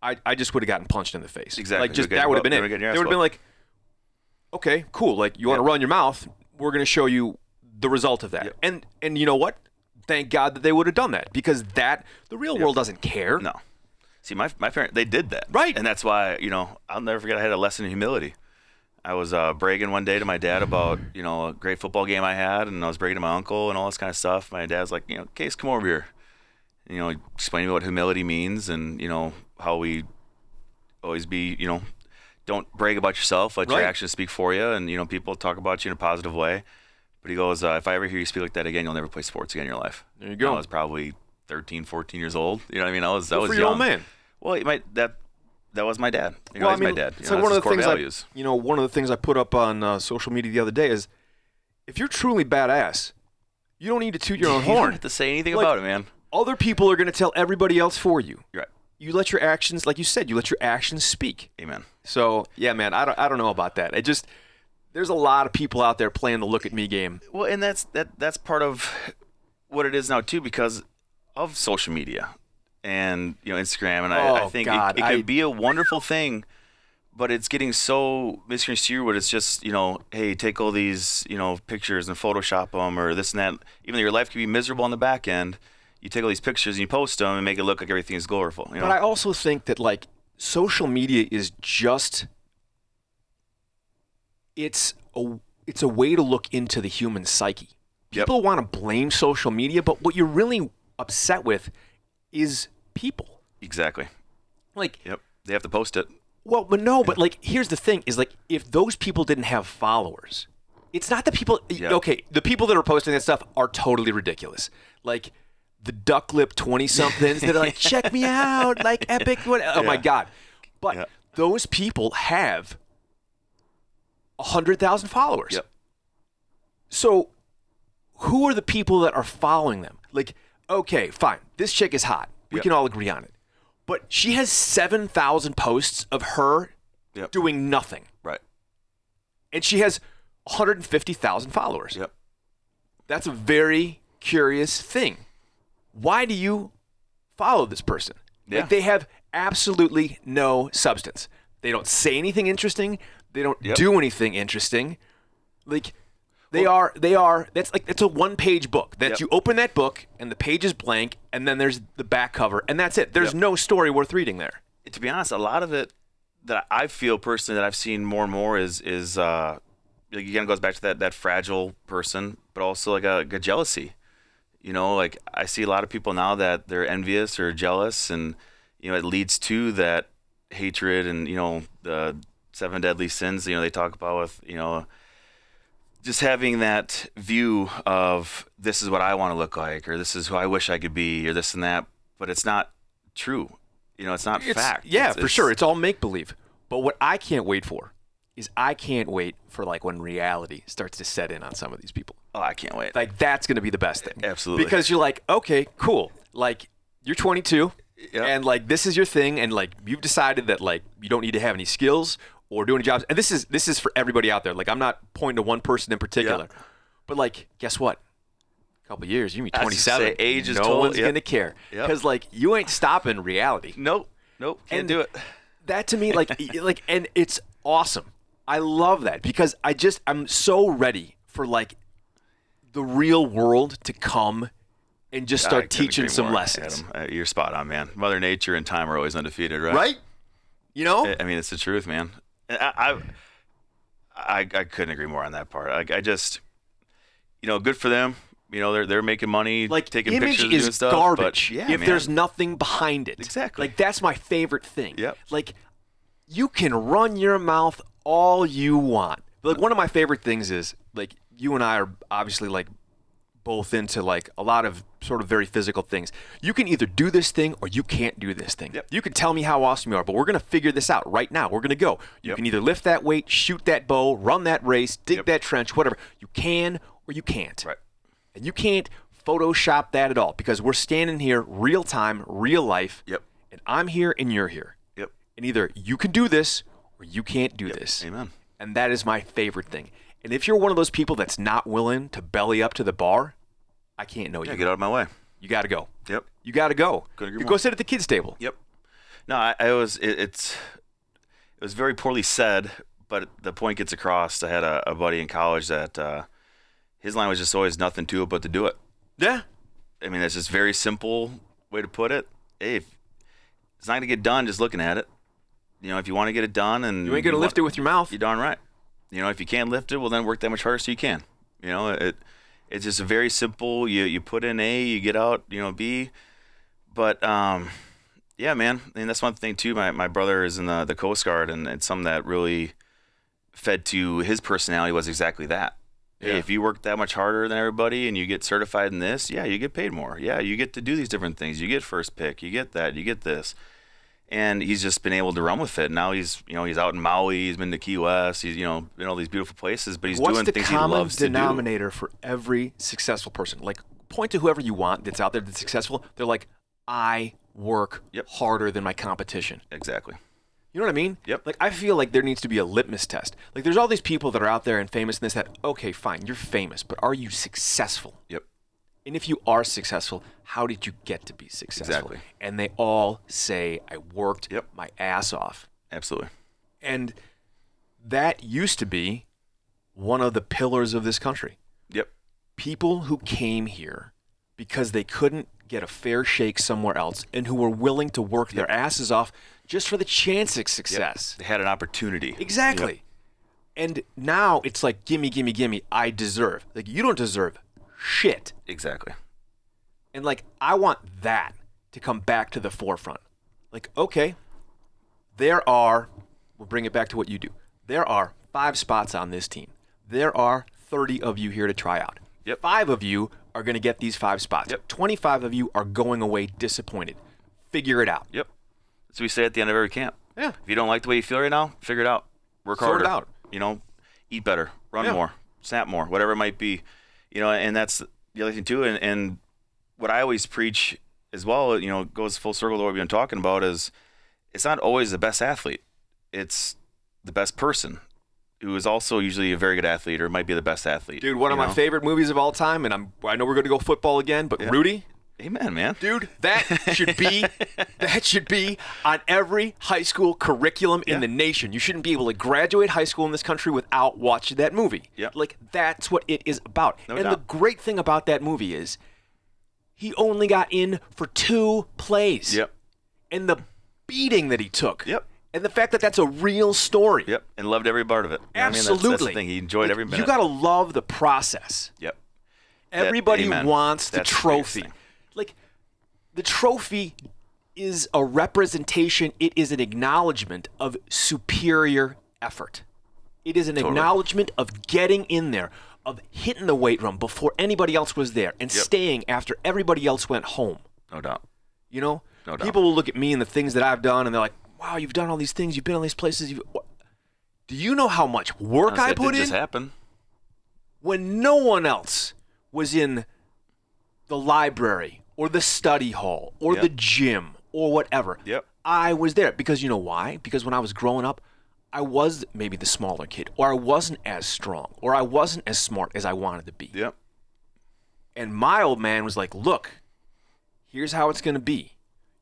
S2: I, I just would have gotten punched in the face.
S3: Exactly.
S2: Like just
S3: You're getting
S2: that would have
S3: bu-
S2: been it.
S3: you're getting
S2: They
S3: your
S2: would
S3: ass
S2: have been like, okay, cool. Like you want to
S3: Yeah.
S2: run your mouth? We're going to show you the result of that.
S3: Yep.
S2: And and you know what? Thank God that they would have done that because that the real world doesn't care.
S3: No. See, my my parents they did that.
S2: Right.
S3: And that's why you know I'll never forget. I had a lesson in humility. I was uh, bragging one day to my dad about you know a great football game I had, and I was bragging to my uncle and all this kind of stuff. My dad's like, you know, Case, come over here. You know, explain to me what humility means, and you know how we always be, you know, don't brag about yourself. Let
S2: Right.
S3: your actions speak for you, and you know people talk about you in a positive way. But he goes, uh, if I ever hear you speak like that again, you'll never play sports again in your life.
S2: There you
S3: And
S2: go.
S3: I was probably 13, 14 years old. You know what I mean? I was, I
S2: Good
S3: was
S2: for your
S3: young.
S2: old man.
S3: Well, it might that that was my dad. You know,
S2: Well,
S3: he's my dad. You
S2: So
S3: know,
S2: one
S3: that's
S2: of
S3: his
S2: the
S3: core
S2: things
S3: values.
S2: I, you know, one of the things I put up on uh, social media the other day is, if you're truly badass, you don't need to toot your own
S3: you don't
S2: horn.
S3: have to say anything
S2: Like-
S3: about it, man.
S2: Other people are going to tell everybody else for you.
S3: You're right.
S2: You let your actions, like you said, you let your actions speak.
S3: Amen.
S2: So yeah, man, I don't, I don't know about that. I just there's a lot of people out there playing the look at me game.
S3: Well, and that's that that's part of what it is now too, because of social media and you know Instagram, and I,
S2: Oh,
S3: I think
S2: God,
S3: it, it can
S2: I-
S3: be a wonderful thing, but it's getting so misconstrued. It's just you know, hey, take all these you know pictures and Photoshop them or this and that. Even though your life can be miserable on the back end, you take all these pictures and you post them and make it look like everything is gloriful. You know?
S2: But I also think that like social media is just it's a it's a way to look into the human psyche.
S3: Yep.
S2: People want to blame social media, but what you're really upset with is people.
S3: exactly.
S2: Like
S3: Yep. They have to post it.
S2: well, but no, but like here's the thing is like if those people didn't have followers, it's not the people
S3: Yeah.
S2: okay, the people that are posting that stuff are totally ridiculous. Like the duck lip 20 somethings that are like check me out, like epic what oh my
S3: Yeah.
S2: god. But
S3: Yeah.
S2: those people have 100,000 followers.
S3: Yep.
S2: So who are the people that are following them? Like, okay, fine. This chick is hot. We
S3: Yep.
S2: can all agree on it. But she has 7,000 posts of her
S3: Yep.
S2: doing nothing.
S3: Right.
S2: And she has 150,000 followers.
S3: Yep.
S2: That's a very curious thing. Why do you follow this person?
S3: Yeah.
S2: Like they have absolutely no substance. They don't say anything interesting. They don't
S3: Yep.
S2: do anything interesting. Like they are they are that's like it's a one page book that
S3: Yep.
S2: you open that book and the page is blank and then there's the back cover and that's it. There's
S3: Yep.
S2: no story worth reading there.
S3: to be honest, a lot of it that I feel personally that I've seen more and more is is uh, like again it goes back to that that fragile person, but also like a, like a jealousy. You know, like I see a lot of people now that they're envious or jealous, and you know it leads to that hatred and you know the seven deadly sins. You know they talk about with you know just having that view of this is what I want to look like, or this is who I wish I could be, or this and that, but it's not true. You know, it's not
S2: It's-
S3: fact.
S2: Yeah,
S3: It's-
S2: for sure. It's all make believe. But what I can't wait for is I can't wait for like when reality starts to set in on some of these people.
S3: Oh, I can't wait.
S2: Like that's going to be the best thing.
S3: Absolutely.
S2: Because you're like, okay, cool. Like you're 22
S3: Yep.
S2: and like this is your thing and like you've decided that like you don't need to have any skills or do any jobs. And this is this is for everybody out there. Like I'm not pointing to one person in particular. But like guess what? A couple years, you can be
S3: I was just
S2: 27.
S3: gonna say, age is
S2: no
S3: total-
S2: one's
S3: yep.
S2: going to care
S3: Yep.
S2: cuz like you ain't stopping reality.
S3: nope, nope, can't
S2: And-
S3: do it.
S4: that to me, like, e- like, and it's awesome. I love that because I just I'm so ready for like the real world to come and just
S3: I
S4: start
S3: couldn't
S4: teaching
S3: agree
S4: some
S3: more,
S4: lessons,
S3: Adam. Uh, you're spot on, man. Mother Nature and time are always undefeated, right?
S4: right? You know,
S3: I- I mean, it's the truth, man. And I, I, I, I couldn't agree more on that part. Like, I just, you know, good for them. You know, they're they're making money,
S4: like
S3: taking
S4: image
S3: pictures,
S4: is
S3: doing stuff.
S4: garbage
S3: But yeah,
S4: if
S3: man.
S4: there's nothing behind it.
S3: Exactly.
S4: Like that's my favorite thing.
S3: Yep.
S4: Like you can run your mouth all you want.
S2: But like one of my favorite things is like you and I are obviously like both into like a lot of sort of very physical things. You can either do this thing or you can't do this thing.
S3: Yep.
S2: You can tell me how awesome you are, but we're gonna figure this out right now. We're gonna go. You
S3: Yep.
S2: can either lift that weight, shoot that bow, run that race, dig
S3: Yep.
S2: that trench, whatever. You can or you can't.
S3: right.
S2: And you can't Photoshop that at all because we're standing here real time, real life.
S3: Yep.
S2: And I'm here and you're here.
S3: Yep.
S2: And either you can do this or you can't do this.
S3: Amen.
S2: And that is my favorite thing. And if you're one of those people that's not willing to belly up to the bar, I can't know
S3: Yeah,
S2: you.
S3: get out of my way.
S2: You got to go.
S3: Yep.
S2: You got to go.
S3: Couldn't agree
S2: You
S3: more.
S2: go sit at the kids' table.
S3: Yep. No, I, I was. It, it's. It was very poorly said, but the point gets across. I had a, a buddy in college that uh, his line was just always nothing to it but to do it.
S2: Yeah.
S3: I mean, that's just very simple way to put it. Hey, if it's not gonna get done just looking at it. You know, if you want to get it done, and
S2: You ain't going to lift it with your mouth.
S3: You're darn right. You know, if you can't lift it, well, then work that much harder so you can. You know, it it's just very simple. You you put in A, you get out. You know, B. But um, yeah, man. And that's one thing too. My my brother is in the the Coast Guard, and it's something that really fed to his personality was exactly that. Hey, if you work that much harder than everybody and you get certified in this, yeah, you get paid more. Yeah, you get to do these different things. You get first pick. You get that. You get this and he's just been able to run with it. Now he's you know he's out in Maui, he's been to Key West, he's you know in all these beautiful places, but he's
S2: What's
S3: doing
S2: the
S3: things he
S2: common
S3: loves to do.
S2: denominator for every successful person? Like, point to whoever you want that's out there that's successful. They're like, I work
S3: Yep.
S2: harder than my competition.
S3: Exactly.
S2: You know what I mean?
S3: Yep.
S2: Like I feel like there needs to be a litmus test. Like there's all these people that are out there and famous and this that. Okay, fine, you're famous, but are you successful?
S3: Yep.
S2: And if you are successful, how did you get to be successful?
S3: Exactly.
S2: And they all say I worked
S3: Yep.
S2: my ass off.
S3: Absolutely.
S2: And that used to be one of the pillars of this country.
S3: Yep.
S2: People who came here because they couldn't get a fair shake somewhere else and who were willing to work their asses off just for the chance of success.
S3: They had an opportunity.
S2: Exactly. And now it's like gimme, gimme, gimme. I deserve. Like you don't deserve shit.
S3: Exactly.
S2: And like I want that to come back to the forefront. Like okay, there are. We'll bring it back to what you do. There are five spots on this team. There are 30 of you here to try out.
S3: Yep.
S2: Five of you are going to get these five spots.
S3: Yep.
S2: 25 of you are going away disappointed. Figure it out.
S3: Yep. So we say at the end of every camp.
S2: Yeah.
S3: If you don't like the way you feel right now, figure it out. Work
S2: Sort
S3: harder.
S2: it out.
S3: You know, eat better, run
S2: Yeah.
S3: more, snap more, whatever it might be. You know, and that's the other thing too. And, and what I always preach as well, you know, goes full circle to what we've been talking about is it's not always the best athlete. It's the best person who is also usually a very good athlete or might be the best athlete.
S2: Dude, one of
S3: you
S2: my
S3: know?
S2: favorite movies of all time, and I'm I know we're going to go football again, but Rudy,
S3: Amen, man.
S2: dude that should be that should be on every high school curriculum in the nation you shouldn't be able to graduate high school in this country without watching that movie
S3: Yep.
S2: like that's what it is about
S3: No
S2: and the
S3: doubt.
S2: great thing about that movie is he only got in for two plays
S3: Yep.
S2: and the beating that he took
S3: Yep.
S2: and the fact that that's a real story
S3: Yep. And loved every part of it. You know what
S2: absolutely
S3: I mean, that's, that's the thing. He enjoyed
S2: Like,
S3: every minute.
S2: you got to love the process
S3: Yep. That-
S2: Everybody
S3: amen.
S2: wants the
S3: That's the biggest
S2: trophy.
S3: thing.
S2: like the trophy is a representation, it is an acknowledgement of superior effort. It is an acknowledgement of getting in there, of hitting the weight room before anybody else was there and staying after everybody else went home.
S3: No doubt.
S2: You know?
S3: No doubt.
S2: People will look at me and the things that I've done and they're like, "Wow, you've done all these things, you've been all these places, you Do you know how much work
S3: Honestly,
S2: I
S3: that
S2: put
S3: did
S2: in?
S3: just happen.
S2: when no one else was in the library or the study hall or
S3: Yep.
S2: the gym or whatever.
S3: Yep.
S2: I was there because you know why? Because when I was growing up, I was maybe the smaller kid or I wasn't as strong or I wasn't as smart as I wanted to be.
S3: Yep.
S2: And my old man was like, "Look, here's how it's going to be.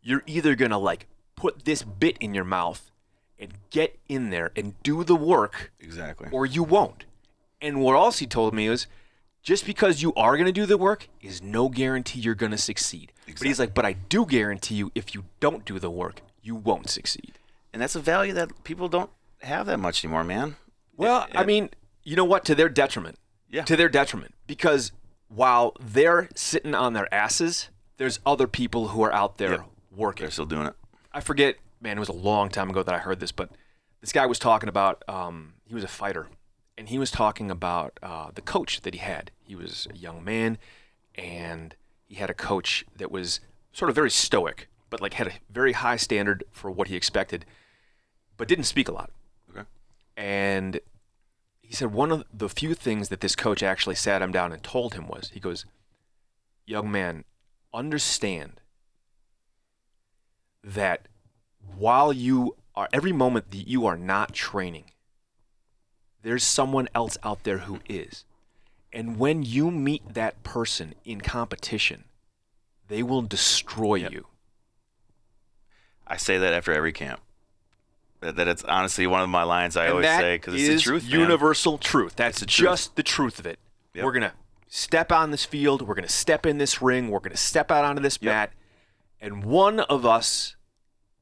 S2: You're either going to like put this bit in your mouth and get in there and do the work
S3: Exactly.
S2: or you won't. And what else he told me was just because you are going to do the work is no guarantee you're going to succeed. But he's like, but I do guarantee you if you don't do the work, you won't succeed.
S3: And that's a value that people don't have that much anymore, man.
S2: Well, I mean, you know what? To their detriment.
S3: Yeah.
S2: To their detriment. Because while they're sitting on their asses, there's other people who are out there
S3: Yep.
S2: working.
S3: They're still doing it.
S2: I forget, man, it was a long time ago that I heard this, but this guy was talking about um, he was a fighter, and he was talking about uh, the coach that he had. He was a young man, and he had a coach that was sort of very stoic, but like had a very high standard for what he expected, but didn't speak a lot.
S3: Okay.
S2: And he said one of the few things that this coach actually sat him down and told him was he goes, Young man, understand that while you are, every moment that you are not training, there's someone else out there who is. And when you meet that person in competition, they will destroy
S3: Yep.
S2: you.
S3: I say that after every camp. That, that it's honestly one of my lines I
S2: And
S3: always
S2: that
S3: say because it's the
S2: is
S3: truth. man.
S2: Universal truth. That's
S3: the truth.
S2: just the truth of it.
S3: Yep.
S2: We're gonna step on this field. We're gonna step in this ring. We're gonna step out onto this
S3: Yep.
S2: mat, and one of us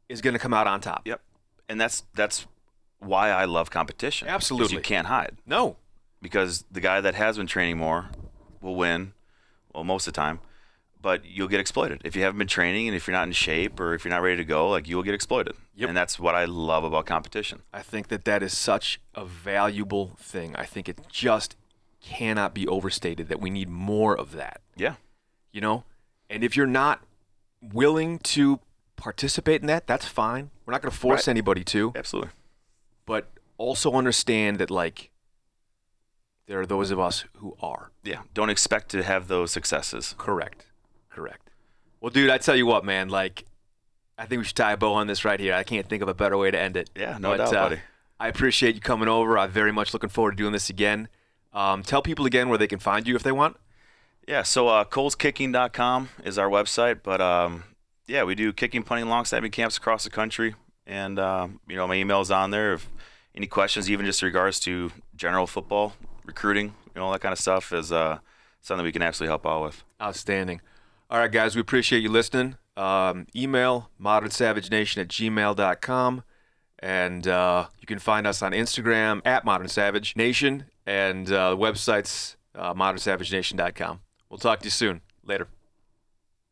S2: is gonna come out on top.
S3: Yep. And that's that's why I love competition. 'Cause
S2: Absolutely.
S3: You can't hide
S2: No,
S3: because the guy that has been training more will win, well most of the time, but you'll get exploited if you haven't been training and if you're not in shape or if you're not ready to go. Like you will get exploited.
S2: Yep.
S3: And that's what I love about competition.
S2: I think that that is such a valuable thing. I think it just cannot be overstated that we need more of that.
S3: Yeah.
S2: you know and if you're not willing to participate in that that's fine we're not going to force
S3: Right.
S2: anybody to
S3: Absolutely.
S2: but also understand that like there are those of us who are
S3: Yeah. Don't expect to have those successes.
S2: correct correct well dude i tell you what man like i think we should tie a bow on this right here i can't think of a better way to end it
S3: Yeah, no
S2: But,
S3: doubt,
S2: uh,
S3: buddy.
S2: i appreciate you coming over i'm very much looking forward to doing this again um, tell people again where they can find you if they want
S3: Yeah, so uh, coleskicking.com is our website, but um, yeah, we do kicking, punting, long snapping camps across the country, and um, you know my email's on there. If any questions, even just in regards to general football recruiting, you know all that kind of stuff, is uh, something we can absolutely help out with.
S2: Outstanding. All right, guys, we appreciate you listening. Um, email modernsavagenation at gmail.com. And uh, you can find us on Instagram at Modern Savage Nation and uh, websites uh, modernsavagenation.com. We'll talk to you soon. Later.